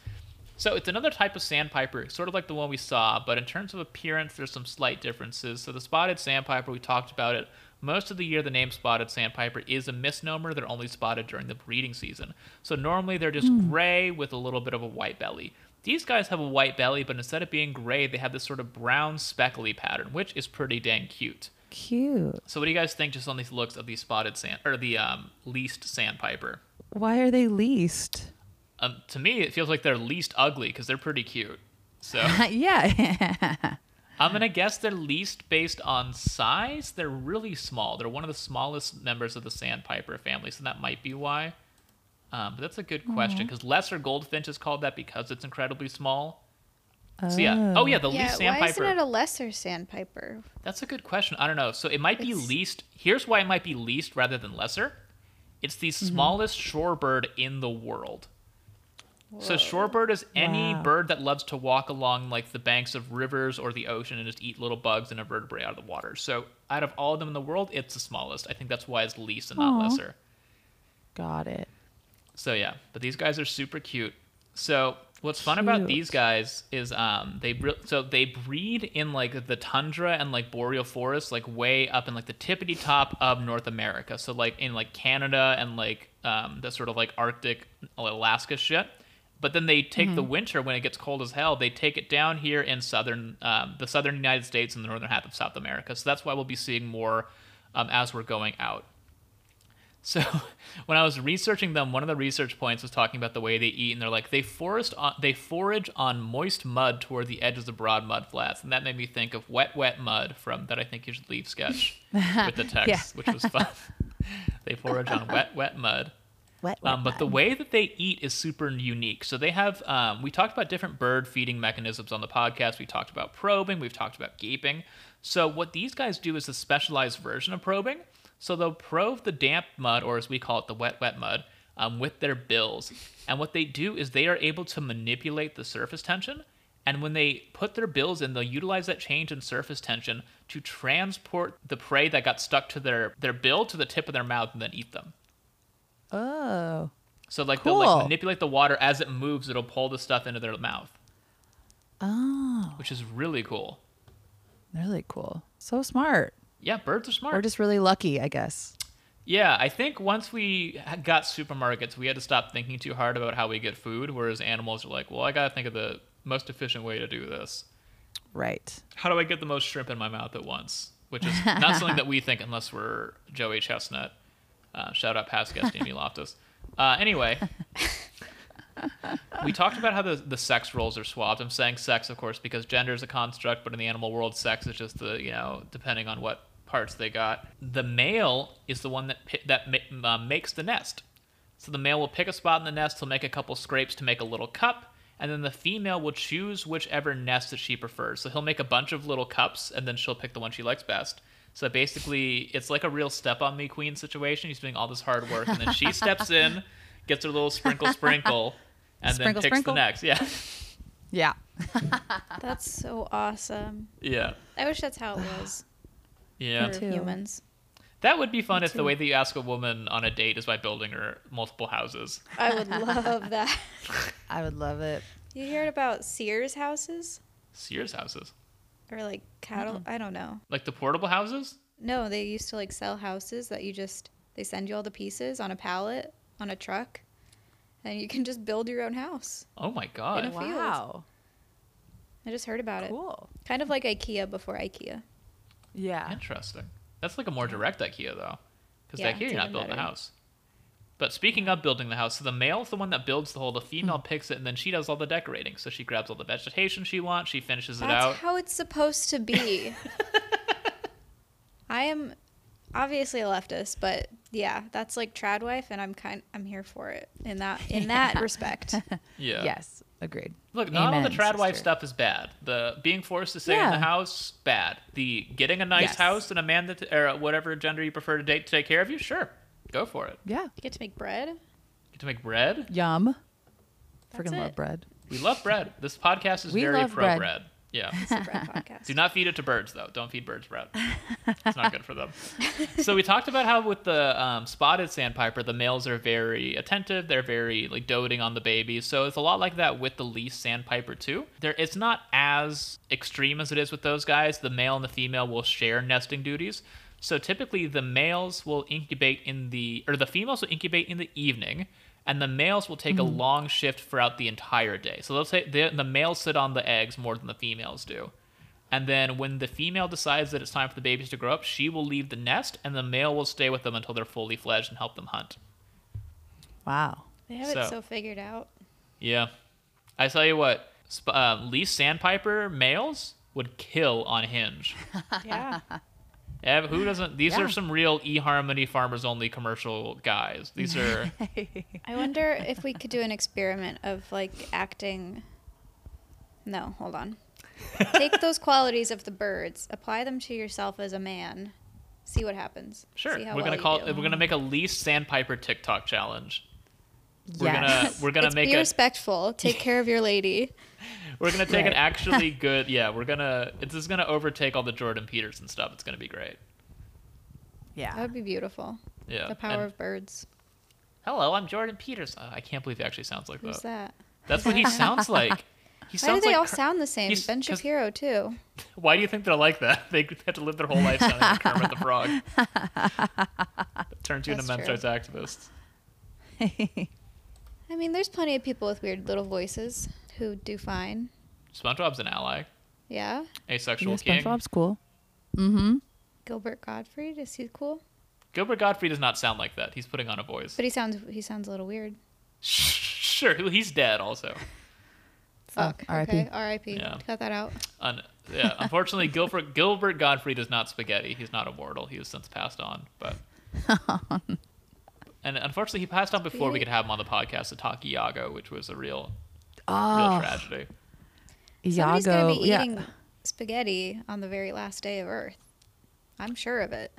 So it's another type of sandpiper, sort of like the one we saw, but in terms of appearance, there's some slight differences. So the spotted sandpiper, we talked about it. Most of the year, the name spotted sandpiper is a misnomer. They're only spotted during the breeding season. So normally they're just gray with a little bit of a white belly. These guys have a white belly, but instead of being gray, they have this sort of brown speckly pattern, which is pretty dang cute.
Cute.
So what do you guys think just on these looks of the spotted sand or the um, least sandpiper?
Why are they least?
Um, to me, it feels like they're least ugly because they're pretty cute. So.
yeah.
I'm gonna guess they're least based on size. They're really small. They're one of the smallest members of the sandpiper family, so that might be why. Um, but that's a good question because lesser goldfinch is called that because it's incredibly small. So yeah. Oh yeah, the
yeah,
least
why isn't
sandpiper.
it a lesser sandpiper?
That's a good question. I don't know. So it might be
It's-
least. Here's why it might be least rather than lesser. It's the
Mm-hmm.
smallest shorebird in the world. So shorebird is any
Wow.
bird that loves to walk along like the banks of rivers or the ocean and just eat little bugs and invertebrae out of the water. So out of all of them in the world, it's the smallest. I think that's why it's least and not
Aw.
lesser.
Got it.
So yeah, but these guys are super cute. So what's fun about
Cute.
these guys is um they bre- so they breed in like the tundra and like boreal forests like way up in like the tippity top of North America. So like in like Canada and like um the sort of like Arctic uh, Alaska shit. But then they take the winter when it gets cold as hell. They take it down here in southern um, the southern United States and the northern half of South America. So that's why we'll be seeing more um, as we're going out. So when I was researching them, one of the research points was talking about the way they eat, and they're like they forest on, they forage on moist mud toward the edges of broad mud flats, and that made me think of wet, wet mud from that I think you should leave sketch with the text,
Yeah.
which was fun. they forage on wet, wet mud.
Wet,
Um, but the way that they eat is super unique. So they have, um, we talked about different bird feeding mechanisms on the podcast. We talked about probing, we've talked about gaping. So what these guys do is a specialized version of probing. So they'll probe the damp mud, or as we call it, the wet, wet mud, um, with their bills. And what they do is they are able to manipulate the surface tension. And when they put their bills in, they'll utilize that change in surface tension to transport the prey that got stuck to their, their bill to the tip of their mouth and then eat them.
oh.
So like they'll like
Cool.
manipulate the water as it moves, it'll pull the stuff into their mouth,
Oh.
which is really cool.
Really cool. So smart.
Yeah, birds are
Or
smart.
just really lucky, I guess.
Yeah, I think once we ha- got supermarkets, we had to stop thinking too hard about how we get food, whereas animals are like, well, I gotta think of the most efficient way to do this.
Right.
How do I get the most shrimp in my mouth at once? Which is not something that we think unless we're Joey Chestnut. Uh, shout out past guest Amy Loftus. Uh, anyway, we talked about how the, the sex roles are swapped. I'm saying sex, of course, because gender is a construct, but in the animal world, sex is just the, you know, depending on what parts they got. The male is the one that, pi- that ma- uh, makes the nest. So the male will pick a spot in the nest, he'll make a couple scrapes to make a little cup, and then the female will choose whichever nest that she prefers. So he'll make a bunch of little cups, and then she'll pick the one she likes best. So basically, it's like a real step on me queen situation. He's doing all this hard work, and then she steps in, gets her little sprinkle sprinkle, and
Sprinkle,
then picks
sprinkle.
the next. Yeah,
Yeah.
That's so awesome.
yeah,
I wish that's how it was
yeah.
for
too.
humans.
That would be fun if the
too.
way that you ask a woman on a date is by building her multiple houses.
I would love that.
I would love it.
You heard about Sears houses
Sears houses,
or like cattle? I don't know.
like the portable houses.
No, they used to like sell houses that you just they send you all the pieces on a pallet on a truck, and you can just build your own house.
Oh my
In
god.
a- field.
Wow.
I just heard about it.
Cool.
Kind of like IKEA before IKEA.
Yeah.
Interesting. That's like a more direct IKEA though, because
Yeah,
IKEA you're
it's
not
even
building the
better.
house. But speaking of building the house, so the male's the one that builds the hole, the female picks it, and then she does all the decorating. So she grabs all the vegetation she wants, she finishes it
That's
out.
how it's supposed to be. I am obviously a leftist, but yeah, that's like trad wife, and I'm kind I'm here for it in that in that respect.
yeah.
Yes. Agreed.
Look, not all the
Amen,
trad wife
sister.
stuff is bad. The being forced to stay in
Yeah.
the house, bad. The getting a nice
Yes.
house and a man that or whatever gender you prefer to date to take care of you, sure, go for it.
Yeah.
You get to make bread.
Get to make bread.
Yum.
That's
Freaking love
it.
bread.
We love bread. This podcast is
We
very
love
pro
bread.
Yeah.
It's a bread podcast.
Do not feed it to birds, though. Don't feed birds bread. It's not good for them. so we talked about how with the um, spotted sandpiper, the males are very attentive. They're very like doting on the baby. So it's a lot like that with the least sandpiper too. There, it's not as extreme as it is with those guys. The male and the female will share nesting duties. So typically, the males will incubate in the or the females will incubate in the evening. And the males will take a long shift throughout the entire day. So they'll say the, the males sit on the eggs more than the females do. And then when the female decides that it's time for the babies to grow up, she will leave the nest and the male will stay with them until they're fully fledged and help them hunt.
Wow.
They have
So-
it so figured out.
Yeah. I tell you what, sp- uh, Lee Sandpiper males would kill on Hinge.
Yeah,
Ev- Who doesn't? These
Yeah.
are some real eHarmony farmers only commercial guys. These are,
I wonder if we could do an experiment of like acting. No, hold on. Take those qualities of the birds, apply them to yourself as a man, see what happens.
sure.
See
We're
how
gonna
well you
call.
do.
We're gonna make a Lee Sandpiper TikTok challenge. We're
Yes.
gonna. We're gonna
It's
make
be
a.
respectful. Take care of your lady.
We're gonna take an
Right.
actually good. Yeah, we're gonna. It's just gonna overtake all the Jordan Peterson stuff. It's gonna be great.
That
yeah.
would be beautiful.
Ah. Yeah.
The
and- uh,
power of birds.
Hello, I'm Jordan Peters. Uh, I can't believe he actually sounds like
Who's
that.
that?
That's what he sounds like. He
Why do
sounds
they
like.
all
Ker-
sound the same?
he's-
Ben
'cause-
Shapiro too.
Why do you think they're like that? They have to live their whole life sounding like Kermit the Frog. Turns you into
That's
men's
true.
rights activists.
I mean, there's plenty of people with weird little voices who do fine.
SpongeBob's an ally.
Yeah.
Asexual
yeah,
king.
SpongeBob's cool. Mm-hmm.
Gilbert Gottfried is he cool?
Gilbert Godfrey does not sound like that. He's putting on a voice.
But he sounds he sounds a little weird.
Sure, who- he's dead also.
Fuck.
Oh, RIP.
okay. R.I.P.
Yeah.
Cut that out.
Un- yeah, unfortunately, Gilbert Gilbert Godfrey does not spaghetti. He's not immortal. He has since passed on. But and unfortunately, he passed on before we could have him on the podcast to talk Iago, which was a real real
Oh,
tragedy.
Somebody's
Iago.
gonna be
Yeah.
eating spaghetti on the very last day of Earth. I'm sure of it.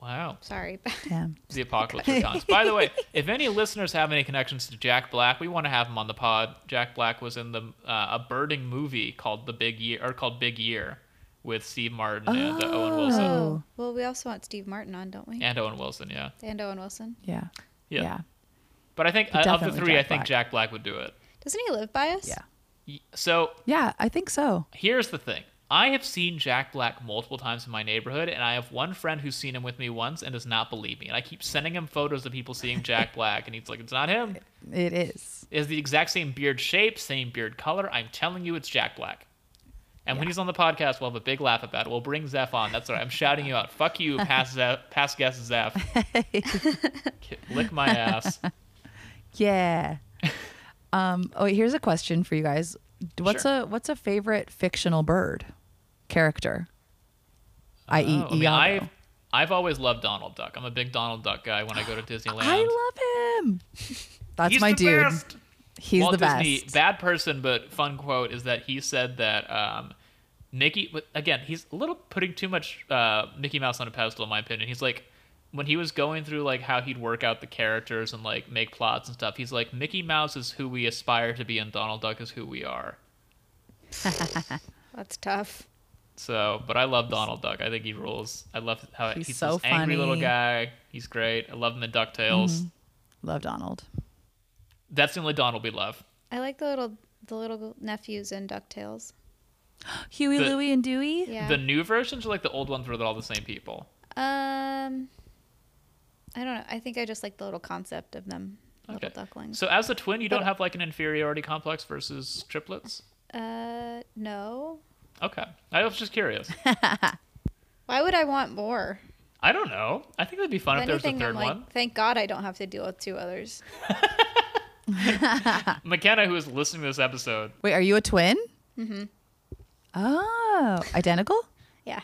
Wow.
Sorry.
yeah.
The apocalypse of cons. By the way, if any listeners have any connections to Jack Black, we want to have him on the pod. Jack Black was in the uh, a birding movie called The Big Year or called Big Year with Steve Martin and uh, Owen Wilson.
oh. Well, we also want Steve Martin on, don't we?
And Owen Wilson, yeah.
And Owen Wilson.
Yeah.
Yeah.
Yeah.
But I think
But
uh, of the
definitely
three,
Jack
I think
Black.
Jack Black would do it.
Doesn't he live by us?
Yeah.
Y- So
Yeah, I think so.
here's the thing I have seen Jack Black multiple times in my neighborhood, and I have one friend who's seen him with me once and does not believe me. And I keep sending him photos of people seeing Jack Black, and he's like, "It's not him.
It is.
It's the exact same beard shape, same beard color. I'm telling you, it's Jack Black." And when he's on the podcast, we'll have a big laugh about it. We'll bring Zeph on. That's all right. I'm shouting you out. Fuck you, past Zeph, past guest Zeph. K- Lick my ass.
Yeah. um. Oh, wait, here's a question for you guys. D- What's
Sure.
a what's a favorite fictional bird character? I.e.
Oh, I mean, I've,
Iago.
I've always loved Donald Duck. I'm a big Donald Duck guy when I go to Disneyland.
I love him. That's
He's
my
the
dude.
best.
He's
Walt
the best.
Disney, bad person, but fun quote is that he said that um, Mickey. but Again, he's a little putting too much uh, Mickey Mouse on a pedestal, in my opinion. He's like when he was going through like how he'd work out the characters and like make plots and stuff. He's like Mickey Mouse is who we aspire to be, and Donald Duck is who we are.
That's tough.
So, but I love Donald Duck. I think he rules. I love how
He's
he's,
so
this angry little
funny. Mm-hmm.
guy. He's great. I love him in Ducktales.
Love Donald.
That's the only Donald we love.
I like the little the little nephews in Ducktales.
Huey,
The-
Louie, and Dewey.
Yeah.
The new versions are like the old ones where they're all the same people.
um, I don't know. I think I just like the little concept of them little ducklings.
So as a twin, you
But-
don't have like an inferiority complex versus triplets.
uh, no.
Okay, I was just curious.
Why would I want more?
I don't know. I think that'd be fun if there was a
Anything I'm
third
like,
one.
thank God I don't have to deal with two others.
McKenna, who is listening to this episode,
Wait, are you a twin? Mm-hmm. Oh, identical?
Yeah,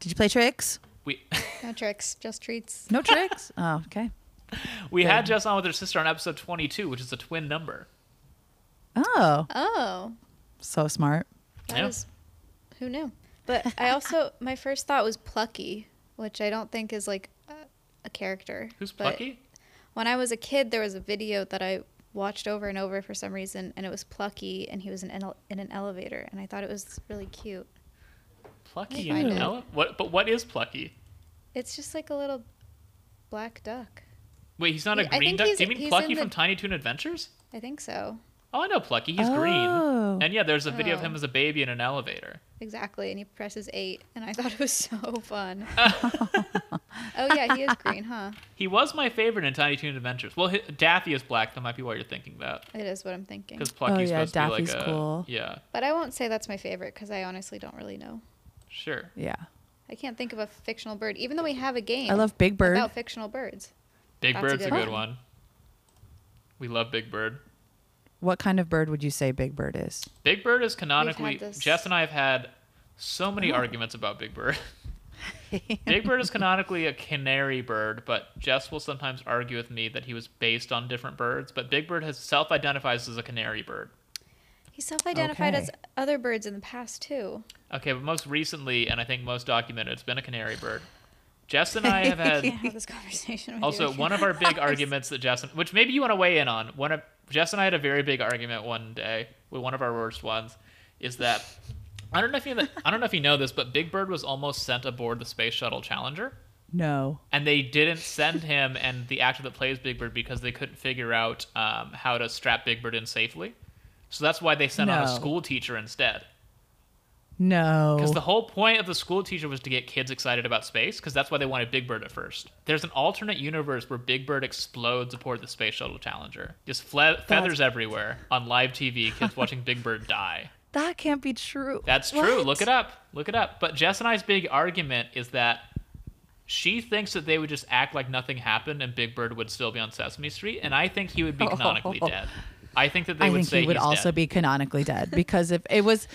Did you play tricks?
we
no tricks, just treats.
No tricks? oh, okay.
we had Jess on with her sister on episode twenty-two, which is a twin number.
Oh,
Oh,
so smart.
that
Yeah.
was who knew. But I also my first thought was Plucky, which I don't think is like a, a character.
Who's
but-
Plucky?
when I was a kid, there was a video that I watched over and over for some reason, and it was Plucky, and he was in, ele- in an elevator, and I thought it was really cute.
Plucky
I
and
know.
Ella. What? But what is Plucky?
It's just like a little black duck.
Wait, he's not a
He- I
green
think
duck.
he's-
Do you mean
he's
Plucky
in the-
from Tiny Toon Adventures?
I think so.
Oh, I know Plucky. He's
Oh.
green. And yeah, there's a video of
Oh.
him as a baby in an elevator.
Exactly. And he presses eight, and I thought it was so fun. oh, yeah, he is green, huh?
He was my favorite in Tiny Toon Adventures. Well, hi- Daffy is black. That might be why you're thinking that.
It is what I'm thinking.
Because Plucky's
Oh, yeah,
supposed to be
Daffy's
like a
cool.
yeah,
But I won't say that's my favorite because I honestly don't really know.
sure.
Yeah.
I can't think of a fictional bird, even though we have a game
I love Big Bird.
about fictional birds.
Big
That's a
Bird's a
good
good
one.
one. We love Big Bird.
what kind of bird would you say Big Bird is?
Big Bird is canonically
this-
Jess and I have had so many arguments about Big Bird. Big Bird is canonically a canary bird, but Jess will sometimes argue with me that he was based on different birds, but Big Bird has self-identifies as a canary bird.
He self identified
Okay.
as other birds in the past, too.
Okay, but most recently and I think most documented, it's been a canary bird. Jess and I have had
have this conversation with
Also,
you.
one of our big arguments that Jess, and, which maybe you want to weigh in on, one of Jess and I had a very big argument one day with one of our worst ones, is that I don't know if you know, I don't know if you know this, but Big Bird was almost sent aboard the space shuttle Challenger,
No.
and they didn't send him and the actor that plays Big Bird because they couldn't figure out um, how to strap Big Bird in safely. So that's why they sent on a
No.
school teacher instead. Because
No.
the whole point of the school teacher was to get kids excited about space, because that's why they wanted Big Bird at first. There's an alternate universe where Big Bird explodes aboard the Space Shuttle Challenger. Just fle- feathers everywhere on live TV, kids watching Big Bird die.
that can't be true.
That's true. Look it up. Look it up. But Jess and I's big argument is that she thinks that they would just act like nothing happened and Big Bird would still be on Sesame Street, and I think he would be canonically
Oh.
dead. I think that they
I
would
think
say
he would
he's
also
dead.
be canonically dead because if it was,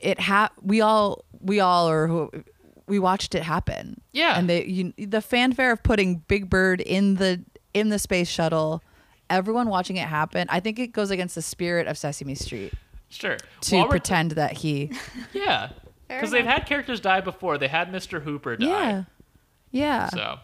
it ha we all we all or who we watched it happen.
Yeah.
and they you, the fanfare of putting Big Bird in the in the space shuttle, everyone watching it happen. I think it goes against the spirit of Sesame Street
sure
to
While we're-
pretend that he.
yeah,
Fair
because they've
enough.
had characters die before. They had Mr. Hooper die.
Yeah, yeah.
So,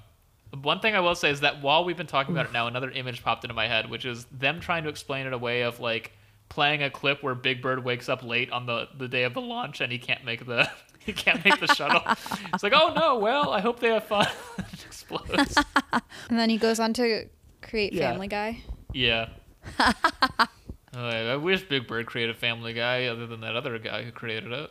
one thing I will say is that while we've been talking about it now, another image popped into my head, which is them trying to explain it a way of like playing a clip where Big Bird wakes up late on the, the day of the launch and he can't make the he can't make the shuttle. It's like, oh no, well, I hope they have fun. It explodes.
And then he goes on to create
Yeah.
Family Guy.
Yeah. Oh, Uh, I wish Big Bird created Family Guy other than that other guy who created it.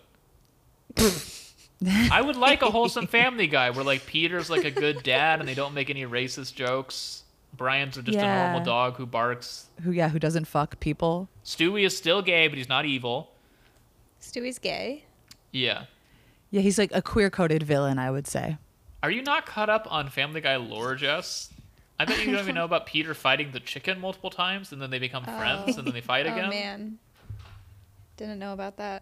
I would like a wholesome family guy where like Peter's like a good dad and they don't make any racist jokes. Brian's just a
Yeah.
normal dog who barks.
Who yeah, who doesn't fuck people?
Stewie is still gay, but he's not evil.
Stewie's gay.
Yeah.
Yeah, he's like a queer coded villain, I would say.
Are you not caught up on Family Guy lore, Jess? I bet you don't even know about Peter fighting the chicken multiple times and then they become friends and then they fight again.
Oh man, didn't know about that.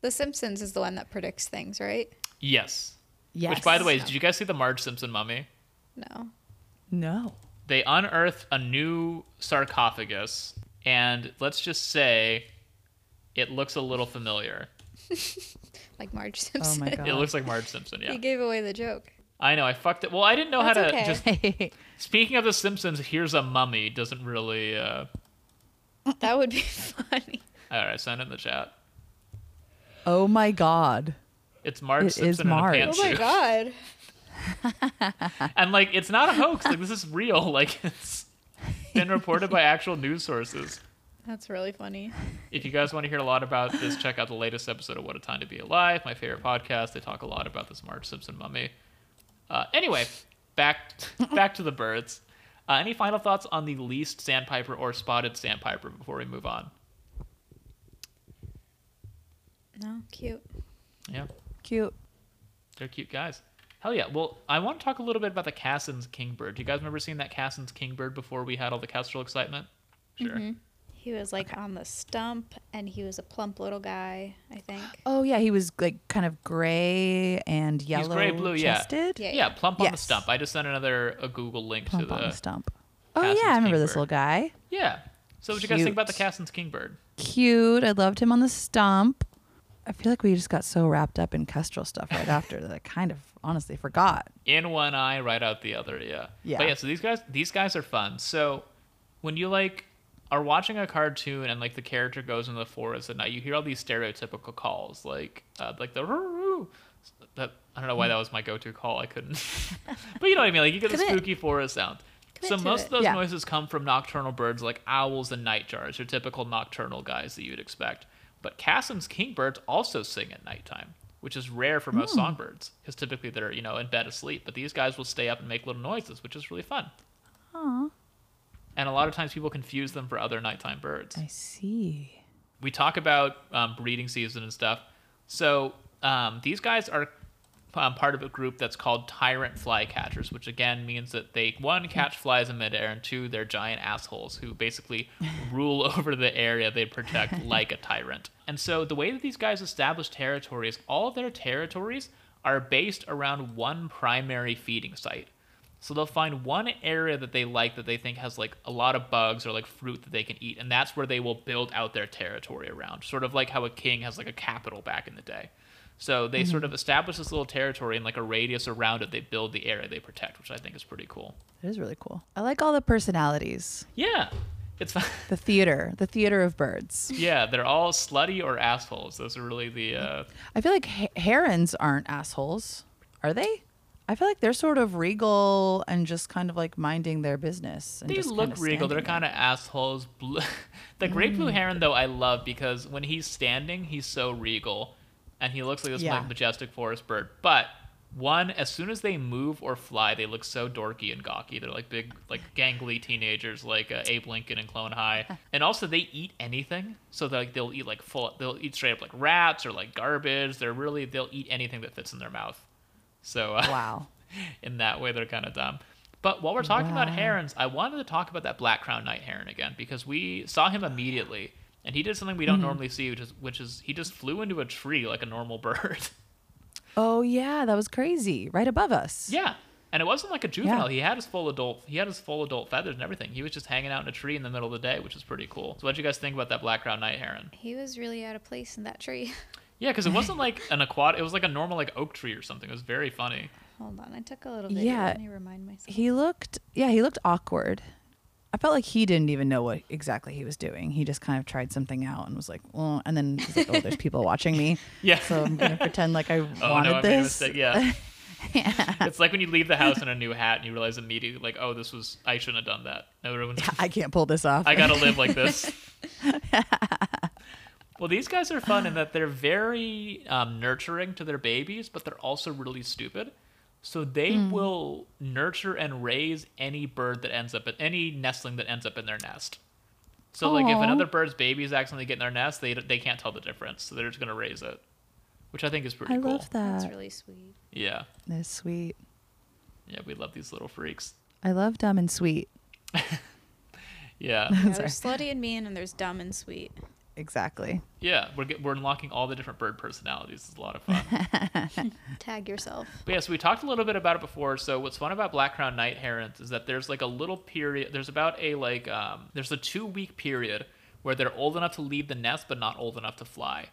The Simpsons is the one that predicts things, right?
Yes.
Yes.
Which, by the way, did you guys see the Marge Simpson mummy?
No.
no.
They unearthed a new sarcophagus, and let's just say it looks a little familiar.
Like
Oh
Marge Simpson.
my
It
god.
looks like Marge Simpson, yeah.
He gave away the joke.
I know, I fucked it. Well, I didn't know how
That's
to
okay.
just. Speaking of The Simpsons, here's a mummy. Doesn't really. Uh...
That would be funny.
All right, send it in the chat.
oh my god.
It's Marge
It is
Simpson in
Marge.
a
Oh
pantsuit.
my god.
and like it's not a hoax like this is real like it's been reported by actual news sources
That's really funny.
if you guys want to hear a lot about this check out the latest episode of what a time to be alive my favorite podcast they talk a lot about this marge simpson mummy uh, anyway back back to the birds uh, any final thoughts on the least sandpiper or spotted sandpiper before we move on
No, cute.
yeah
Cute.
they're cute guys hell yeah well i want to talk a little bit about the cassin's kingbird do you guys remember seeing that cassin's kingbird before we had all the kestrel excitement
Mm-hmm.
sure
He was like on the stump, and he was a plump little guy. I think.
Oh yeah, he was like kind of gray and yellow.
gray, blue, yeah.
chested.
Yeah.
Yeah, plump on the
Yes.
stump. I just sent another a Google link
Plump
to the,
on the stump. Oh
Cassin's
yeah, I remember this
Keeper.
little guy.
yeah. So what you guys think about the
Cute.
Cassin's Kingbird?
Cute. I loved him on the stump. I feel like we just got so wrapped up in Kestrel stuff right after that I kind of honestly forgot.
In one eye, right out the other. Yeah.
Yeah.
But yeah, so these guys these guys are fun. So when you like are watching a cartoon and like the character goes into the forest at night, you hear all these stereotypical calls like uh, like the "Roo-roo." that I don't know why that was my go-to call. I couldn't. but you know what I mean? Like you get the
Commit.
spooky forest sound.
Commit
so
to
most
it.
of those
Yeah.
noises come from nocturnal birds like owls and nightjars, your typical nocturnal guys that you'd expect. But Cassim's kingbirds also sing at nighttime, which is rare for most songbirds because typically they're you know in bed asleep. But these guys will stay up and make little noises, which is really fun.
Aw.
And a lot of times people confuse them for other nighttime birds
I see.
we talk about um, breeding season and stuff. So um, these guys are um, part of a group that's called tyrant flycatchers, which again means that they one catch flies in midair and two they're giant assholes who basically rule over the area they protect like a tyrant. And so the way that these guys establish territories, all their territories are based around one primary feeding site. So they'll find one area that they like that they think has like a lot of bugs or like fruit that they can eat, and that's where they will build out their territory around. Sort of like how a king has like a capital back in the day. So they sort of establish this little territory and like a radius around it. They build the area they protect, which I think is pretty cool.
It is really cool. I like all the personalities.
Yeah, it's fun.
The theater, the theater of birds.
yeah. They're all slutty or assholes. Those are really the uh,
I feel like he- herons aren't assholes, are they? I feel like they're sort of regal and just kind of like minding their business. And
They
just
look
kind of
regal. They're
standing Mm.
kind of assholes. Bl- the great blue heron, though, I love because when he's standing, he's so regal, and he looks like this
Yeah.
like, majestic forest bird. But one, as soon as they move or fly, they look so dorky and gawky. They're like big, like gangly teenagers, like uh, Abe Lincoln and Clone High. And also, they eat anything. So they're like they'll eat like full. They'll eat straight up like rats or like garbage. They're really they'll eat anything that fits in their mouth. So uh,
there. Wow.
in that way they're kind of dumb but while we're talking about
Wow.
herons i wanted to talk about that black crown night heron again because we saw him immediately and he did something we don't normally see which is which is he just flew into a tree like a normal bird
Oh yeah, that was crazy. Right above us.
yeah and it wasn't like a juvenile he had his full adult he had his full adult feathers and everything he was just hanging out in a tree in the middle of the day which is pretty cool so what did you guys think about that black crown night heron
He was really out of place in that tree.
yeah because it wasn't like an aquatic it was like a normal like oak tree or something it was very funny
Hold on, I took a little video.
Yeah.
Let me remind myself.
He looked. Yeah, he looked awkward. I felt like he didn't even know what exactly he was doing. He just kind of tried something out and was like, "Well," and then he's like, "Oh, there's people watching me,
yeah
so I'm gonna pretend like I
Oh
wanted
no, I made a
this."
mistake. Yeah. It's like when you leave the house in a new hat and you realize immediately, like, oh, this was I shouldn't have done that. Everyone's,
I can't pull this off.
I gotta live like this. Well, these guys are fun in that they're very um, nurturing to their babies, but they're also really stupid. So they
Hmm.
will nurture and raise any bird that ends up in any nestling that ends up in their nest. So like if
Aw.
another bird's baby is accidentally getting their nest, they they can't tell the difference, so they're just gonna raise it, which I think is pretty
I
cool.
love
That's
that.
really sweet.
Yeah,
That's sweet.
yeah, we love these little freaks.
I love dumb and sweet.
Yeah,
Yeah, there's slutty and mean, and there's dumb and sweet.
Exactly.
yeah, we're get, we're unlocking all the different bird personalities. It's a lot of fun.
Tag yourself.
But yes, we talked a little bit about it before. So what's fun about black crown night herons is that there's like a little period. There's about a like um, there's a two week period where they're old enough to leave the nest but not old enough to fly.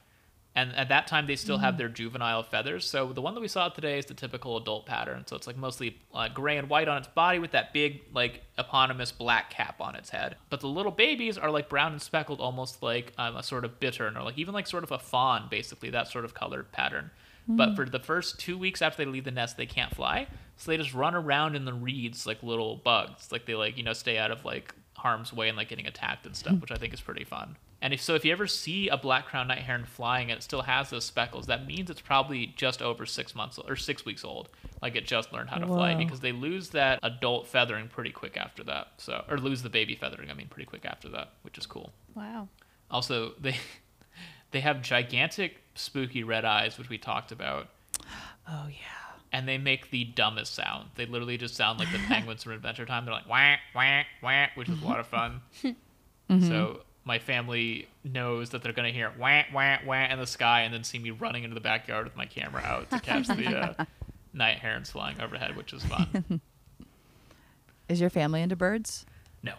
And at that time, they still have their juvenile feathers. So the one that we saw today is the typical adult pattern. So it's like mostly uh, gray and white on its body with that big like eponymous black cap on its head. But the little babies are like brown and speckled, almost like um, a sort of bittern or like even like sort of a fawn, basically that sort of colored pattern. But for the first two weeks after they leave the nest, they can't fly, so they just run around in the reeds like little bugs. Like they like you know stay out of like harm's way and like getting attacked and stuff, which I think is pretty fun. And if so, if you ever see a black crowned night heron flying and it still has those speckles, that means it's probably just over six months or six weeks old. Like it just learned how to fly
Whoa.
because they lose that adult feathering pretty quick after that. So or lose the baby feathering, I mean, pretty quick after that, which is cool.
Wow.
Also, they they have gigantic spooky red eyes, which we talked about
Oh yeah.
and they make the dumbest sound. They literally just sound like the penguins from Adventure Time. They're like wah wah wah, which is a lot of fun. So my family knows that they're gonna hear wah wah wah in the sky, and then see me running into the backyard with my camera out to catch the uh, night herons flying overhead, which is fun.
Is your family into birds?
No,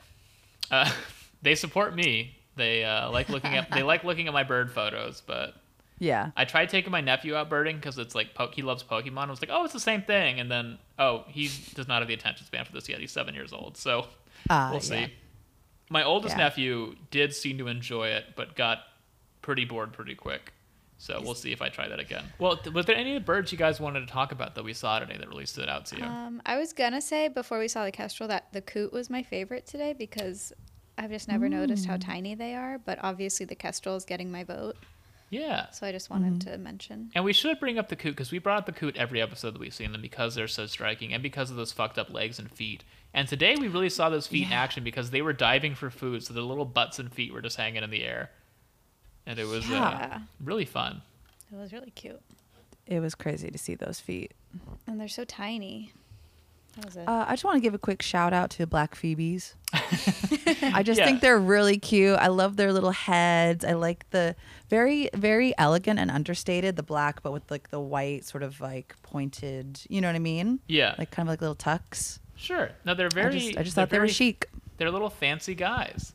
uh, they support me. They uh, like looking at they like looking at my bird photos, but
Yeah.
I tried taking my nephew out birding because it's like po- he loves Pokemon. I was like, oh, it's the same thing, and then oh, he does not have the attention span for this yet. He's seven years old, so
Uh,
we'll see.
yeah.
My oldest
Yeah.
nephew did seem to enjoy it, but got pretty bored pretty quick. So we'll see if I try that again. Well, th- was there any birds you guys wanted to talk about that we saw today that really stood out to
Uh,
you?
Um, I was gonna say before we saw the kestrel that the coot was my favorite today because I've just never noticed how tiny they are. But obviously the kestrel is getting my vote,
yeah.
so I just wanted to mention.
And we should bring up the coot because we brought up the coot every episode that we've seen them because they're so striking and because of those fucked up legs and feet. And today we really saw those feet in action because they were diving for food, so their little butts and feet were just hanging in the air, and it was uh,
Yeah.
really fun.
It was really cute,
It was crazy to see those feet.
and they're so tiny. That was a
Uh, I just want to give a quick shout out to Black Phoebes. I just
Yeah.
think they're really cute. I love their little heads. I like the very, very elegant and understated, the black, but with like the white sort of like pointed, you know what I mean?
Yeah,
Like kind of like little tucks.
sure. No, they're very.
I just, I just
they're
thought they were
very-
chic.
They're little fancy guys.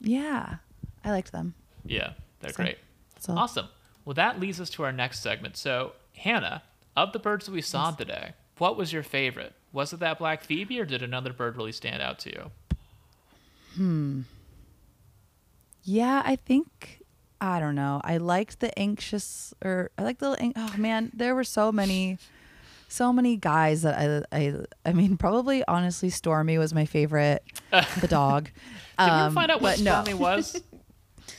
Yeah. I liked them.
Yeah, they're
So-
great.
That's all.
Awesome. Well, that leads us to our next segment. So, Hannah, of the birds that we saw today, what was your favorite? Was it that black phoebe, or did another bird really stand out to you?
Yeah, I think I don't know. I liked the anxious or I like the little an- oh man, there were so many so many guys that I I I mean probably honestly Stormy was my favorite the dog.
Did we
Um,
ever find out what
but no.
Stormy was?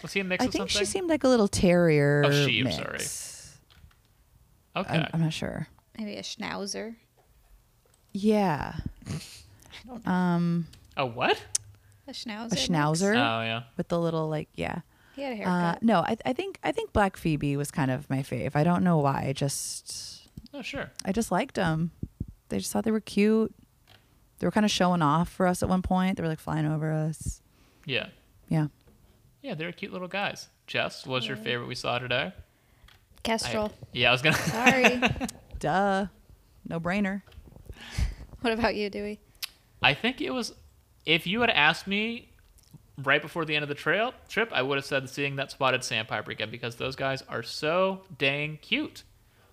Was he a mix
I
of
think
something?
she seemed like a little terrier
Oh, sheep,
mix.
sorry.
I'm,
okay.
I'm not sure.
maybe a schnauzer.
Yeah. Um
a what?
A schnauzer.
a
mix?
schnauzer
Oh yeah.
with the little like yeah.
He had a
Uh,
haircut.
no, I, I think I think Black Phoebe was kind of my fave. I don't know why. I just
Oh sure.
I just liked them. They just thought they were cute. They were kind of showing off for us at one point. They were like flying over us.
Yeah.
Yeah.
Yeah, they're cute little guys. Jess, what was your favorite we saw today? I-
Kestrel.
yeah, I was gonna.
Sorry.
Duh. No brainer.
what about you, Dewey?
I think it was. If you had asked me right before the end of the trail trip, I would have said seeing that spotted sandpiper again because those guys are so dang cute.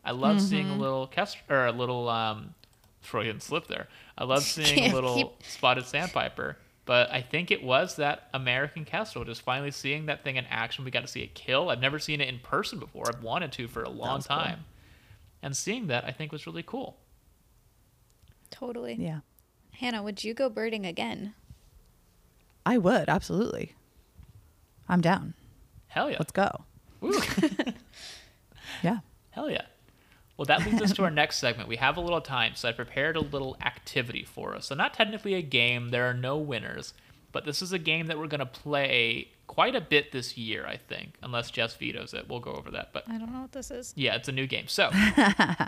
I love seeing
Mm-hmm.
a little kestrel or a little um, Freudian slip there. I love seeing a
Can't
little
keep-
spotted sandpiper. But I think it was that American Kestrel, just finally seeing that thing in action. We got to see it kill. I've never seen it in person before. I've wanted to for a long
was cool.
time. And seeing that, I think, was really cool.
Totally.
Yeah.
Hannah, would you go birding again?
I would. Absolutely. I'm down.
Hell yeah.
Let's go.
Woo.
Yeah.
Hell yeah. Well, that leads us to our next segment. We have a little time, so I prepared a little activity for us. So, not technically a game, there are no winners, but this is a game that we're going to play quite a bit this year, I think, unless Jess vetoes it. We'll go over that. But
I don't know what this is.
yeah, it's a new game. So,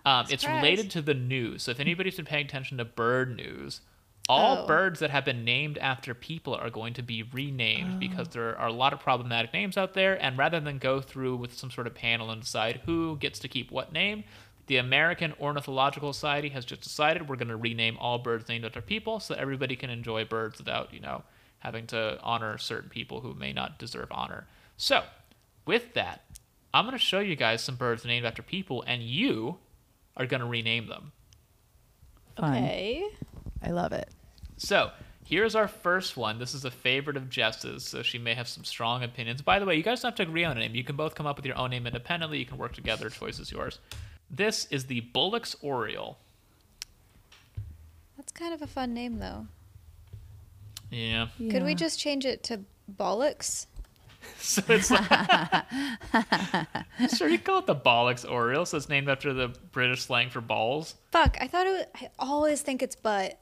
um, it's related to the news. So, if anybody's been paying attention to bird news, all
Oh.
birds that have been named after people are going to be renamed because there are a lot of problematic names out there. And rather than go through with some sort of panel and decide who gets to keep what name, the American Ornithological Society has just decided we're going to rename all birds named after people so that everybody can enjoy birds without, you know, having to honor certain people who may not deserve honor. So, with that, I'm going to show you guys some birds named after people, and you are going to rename them.
Fun.
Okay.
I love it.
So here's our first one. This is a favorite of Jess's, so she may have some strong opinions. By the way, you guys don't have to agree on a name. You can both come up with your own name independently. You can work together. Choice is yours. This is the Bullock's Oriole.
That's kind of a fun name, though.
Yeah.
Could we
Yeah.
just change it to Bollocks?
So it's like, sure you call it the Bollocks Oriole, so it's named after the British slang for balls.
Fuck, I thought it was. I always think it's butt.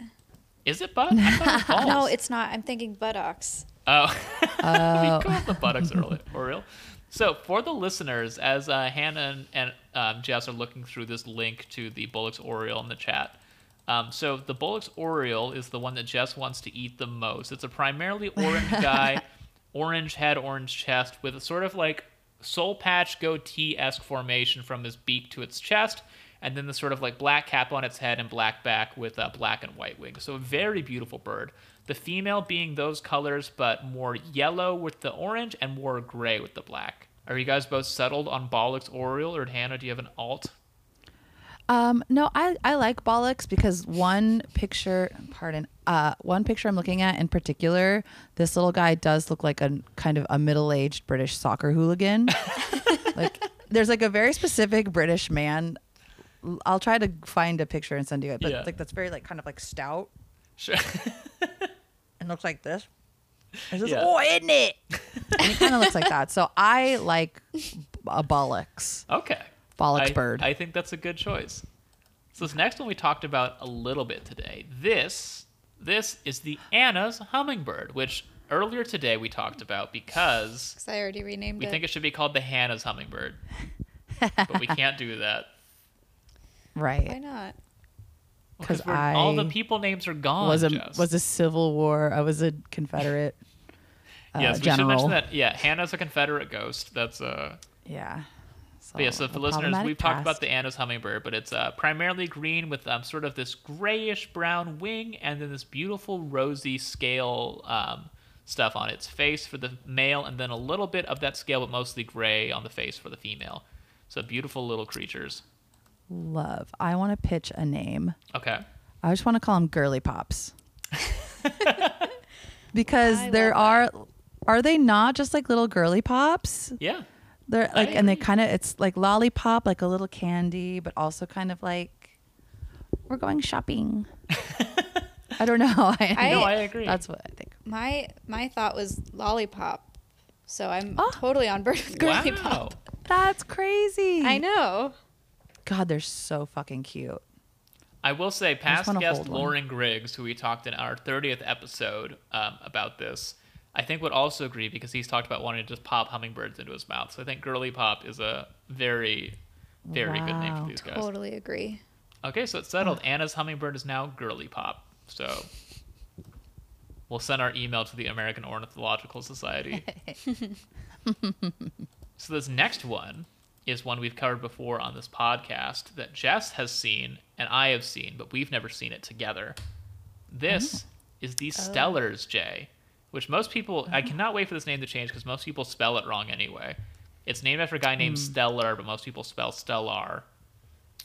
Is it butt? I thought it was balls.
No, it's not. I'm thinking buttocks.
Oh, we call it the buttocks orle- Oriole. So for the listeners, as uh, Hannah and, and um, Jess are looking through this link to the Bullock's Oriole in the chat, um, so the Bullock's Oriole is the one that Jess wants to eat the most. It's a primarily orange guy, orange head, orange chest, with a sort of like soul patch goatee esque formation from his beak to its chest, and then the sort of like black cap on its head and black back with uh, black and white wings. So a very beautiful bird. The female being those colors, but more yellow with the orange and more gray with the black. Are you guys both settled on Bollock's Oriole, or Hannah? Do you have an alt?
Um, no, I, I like bollocks because one picture, pardon, uh, one picture I'm looking at in particular, this little guy does look like a kind of a middle-aged British soccer hooligan. like there's like a very specific British man. I'll try to find a picture and send you it, but
Yeah.
like that's very like kind of like stout
Sure.
and looks like this. It's just,
Yeah.
oh, isn't it? and it kind of looks like that. So I like a bollocks,
okay.
bollocks
I,
bird.
I think that's a good choice. So this next one we talked about a little bit today. This this is the Anna's hummingbird, which earlier today we talked about because
Because I already renamed
we
it.
think it should be called the Hannah's hummingbird. but we can't do that
Why
right.
not?
because
'Cause
we're- all the
I
people names are gone.
was a
Jess.
was a civil war. I was a Confederate uh,
yes, we
general.
should mention that. Yeah, Hannah's a Confederate ghost. That's uh
Yeah. So,
But yeah, so for
a
listeners,
problematic
we've talked about
past.
the Anna's hummingbird, but it's uh, primarily green with um, sort of this grayish brown wing and then this beautiful rosy scale um, stuff on its face for the male, and then a little bit of that scale, but mostly gray on the face for the female. So beautiful little creatures.
love. I want to pitch a name.
Okay.
I just want to call them girly pops. because
I
there are
love
are they not just like little girly pops?
Yeah.
They're
I
like and they
agree.
kind of it's like lollipop, like a little candy, but also kind of like we're going shopping. I don't know. I,
I- No,
I agree.
That's what I think.
My my thought was lollipop. So I'm
Oh.
totally on board with girly
wow.
pop.
That's crazy.
I know.
God, they're so fucking cute.
I will say, past
wanna
guest
hold one.
Lauren Griggs, who we talked in our 30th episode um, about this, I think would also agree because he's talked about wanting to just pop hummingbirds into his mouth. So I think Girly Pop is a very, very good name
Wow.
for these guys.
Totally agree.
Okay, so it's settled. Anna's hummingbird is now Girly Pop. So we'll send our email to the American Ornithological Society. so this next one is one we've covered before on this podcast that Jess has seen and I have seen, but we've never seen it together. This is the Stellars Jay, which most people I cannot wait for this name to change because most people spell it wrong anyway. It's named after a guy named Stellar, but most people spell Stellar.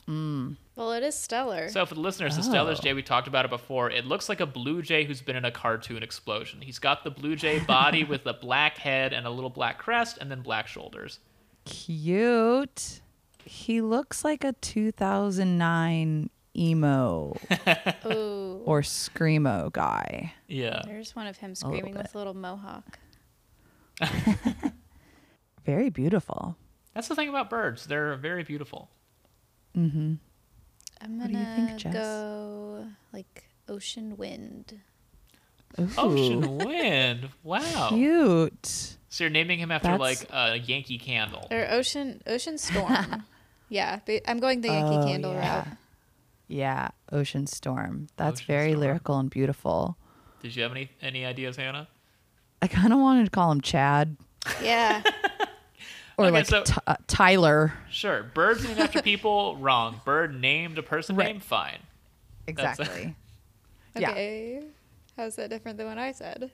Well, it is stellar.
So for the listeners, the Stellar's
Oh.
Jay, we talked about it before. It looks like a blue jay who's been in a cartoon explosion. He's got the blue jay body with a black head and a little black crest and then black shoulders.
Cute. He looks like a 2009 emo
Ooh,
or screamo guy.
Yeah.
there's one of him screaming with a little mohawk.
Very beautiful.
That's the thing about birds. They're very beautiful.
Mm-hmm.
I'm
do you
gonna
think, Jess?
go like ocean wind.
Ooh,
Ocean wind. Wow.
Cute.
So you're naming him after
That's-
like a Yankee candle.
Or ocean ocean storm. yeah, but I'm going the Yankee
Oh,
Candle
yeah.
route.
Yeah, Ocean Storm. That's
Ocean
very
Storm.
lyrical and beautiful.
Did you have any any ideas, Hannah?
I kind of wanted to call him Chad
Yeah.
or
Okay,
like
so-
Ty- uh, Tyler.
Sure. Birds named after people, wrong. Bird named a person
Right.
named, fine. That's-
Exactly. Yeah.
Okay. How's that different than what I said?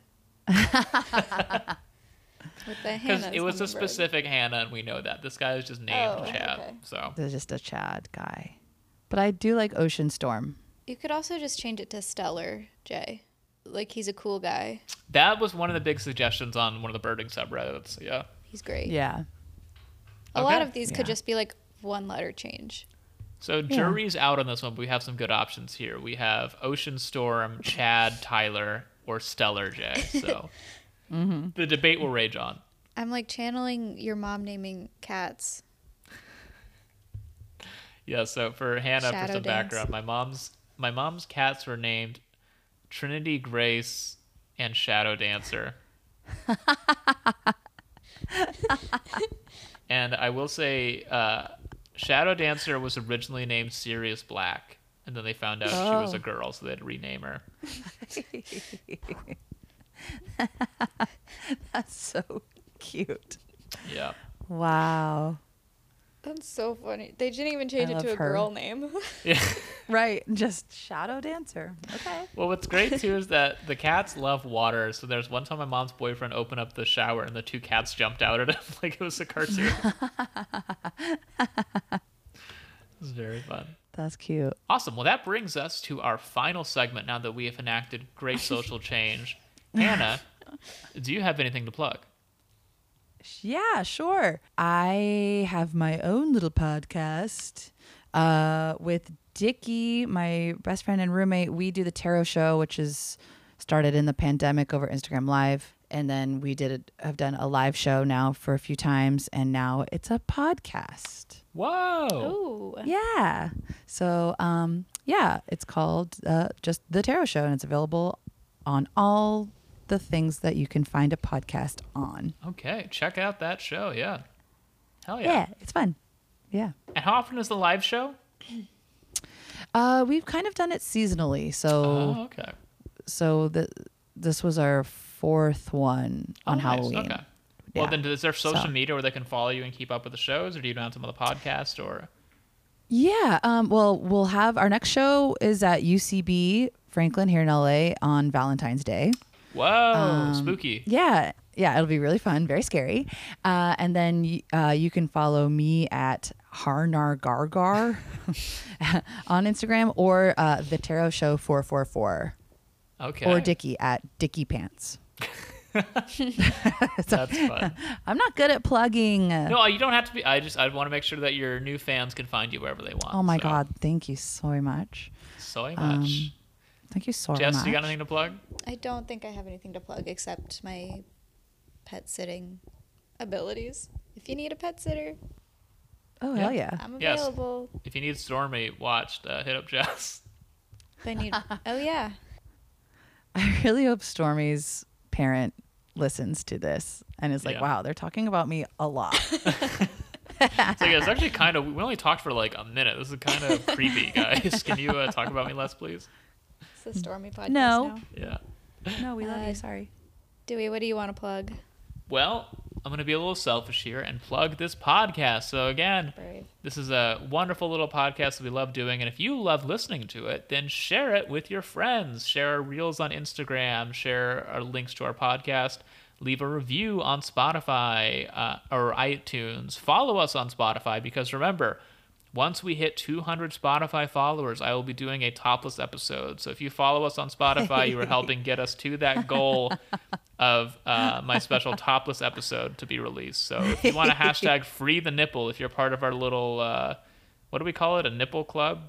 With the
Because
Hannahs
it was a
on the road.
specific Hannah, and we know that. This guy is just named
Oh,
Chad.
okay.
So
They're just a Chad guy. But I do like Ocean Storm.
You could also just change it to Stellar Jay. Like he's a cool guy.
that was one of the big suggestions on one of the birding subreddits. Yeah.
He's great.
Yeah.
A lot
Okay.
of these could
Yeah.
just be like one letter change.
So jury's out on this one, but we have some good options here. We have Ocean Storm, Chad, Tyler, or Stellar J. So the debate will rage on.
I'm like channeling your mom naming cats.
Yeah, so for Hannah for
Shadow
some
dance.
background, my mom's my mom's cats were named Trinity Grace and Shadow Dancer. and I will say uh, Shadow Dancer was originally named Sirius Black, and then they found out she was
Oh.
a girl, so they had to rename her.
That's so cute.
Yeah.
Wow.
That's so funny. They didn't even change
I
it
love
to a
her.
girl name.
Yeah.
Right. Just Shadow Dancer. Okay.
Well, what's great too is that the cats love water. So there's one time my mom's boyfriend opened up the shower and the two cats jumped out at him like it was a cartoon. it was very fun.
That's cute.
Awesome. Well, that brings us to our final segment now that we have enacted great social change. Hannah, do you have anything to plug?
Yeah, sure. I have my own little podcast uh, with Dickie, my best friend and roommate. We do the tarot show, which is started in the pandemic over Instagram Live, and then we did a, have done a live show now for a few times, and now it's a podcast.
Whoa.
Ooh.
Yeah. So, um, yeah, it's called uh, just the Tarot Show, and it's available on all the things that you can find a podcast on.
Okay. Check out that show. Yeah. Hell Oh, yeah.
Yeah, it's fun. Yeah.
And how often is the live show?
Uh, we've kind of done it seasonally, so
Oh, okay.
so the, this was our fourth one on
Oh, nice.
Halloween.
Okay. Well,
Yeah.
then, is there social
So-
media where they can follow you and keep up with the shows, or do you not have some of the podcast? Or
Yeah. Um, well, we'll have our next show is at UCB Franklin here in LA on Valentine's Day.
whoa, Oh, spooky!
Um, Yeah, yeah, it'll be really fun, very scary. Uh, and then y- uh, you can follow me at Harnar Gargar on Instagram or uh, the Tarot Show four four four
Okay,
or Dicky at Dicky Pants.
that's fun.
I'm not good at plugging.
No, you don't have to be. I just I want to make sure that your new fans can find you wherever they want.
oh my
so,
god, thank you so much.
so much.
um, Thank you so
Jess,
much.
you got anything to plug?
I don't think I have anything to plug except my pet sitting abilities. If you need a pet sitter,
oh
Yeah.
hell yeah.
I'm
Yes.
available.
If you need Stormy watched, uh, hit up Jess.
If I need Oh yeah.
I really hope Stormy's parent listens to this and is like,
Yeah.
wow, they're talking about me a lot.
So yeah, it's actually kind of. We only talked for like a minute. This is kind of creepy, guys. Can you uh, talk about me less, please?
It's the stormy podcast
No.
now.
Yeah.
no, we love
Uh,
you. Sorry.
Dewey, what do you want to plug?
Well, I'm gonna be a little selfish here and plug this podcast. So again,
Brave.
This is a wonderful little podcast that we love doing. And if you love listening to it, then share it with your friends. Share our reels on Instagram, share our links to our podcast, leave a review on Spotify uh, or iTunes. Follow us on Spotify because remember, once we hit 200 Spotify followers, I will be doing a topless episode. So if you follow us on Spotify, you are helping get us to that goal of uh, my special topless episode to be released. So if you want to hashtag free the nipple, if you're part of our little, uh, what do we call it? A nipple club?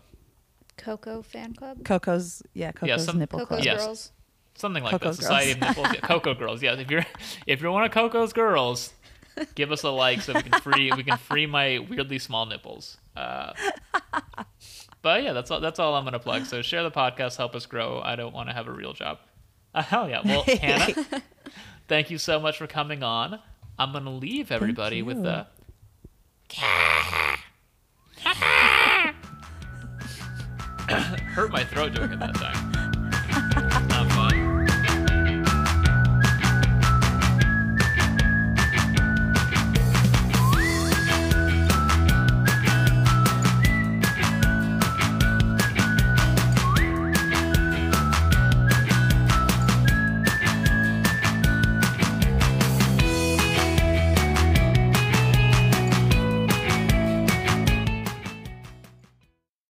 Coco fan club?
Coco's yeah, Coco's
some-
nipple
Coco's
club.
Yes.
Girls.
Something like
Coco's
that. Society of Nipples. Yeah, Coco Girls. Yes. If you're, if you're one of Coco's girls, Give us a like so we can free we can free my weirdly small nipples. Uh, but yeah, that's all that's all I'm gonna plug. So share the podcast, help us grow. I don't want to have a real job. Uh, hell yeah. Well, Hannah, thank you so much for coming on. I'm gonna leave everybody with
you.
the hurt my throat doing it that time.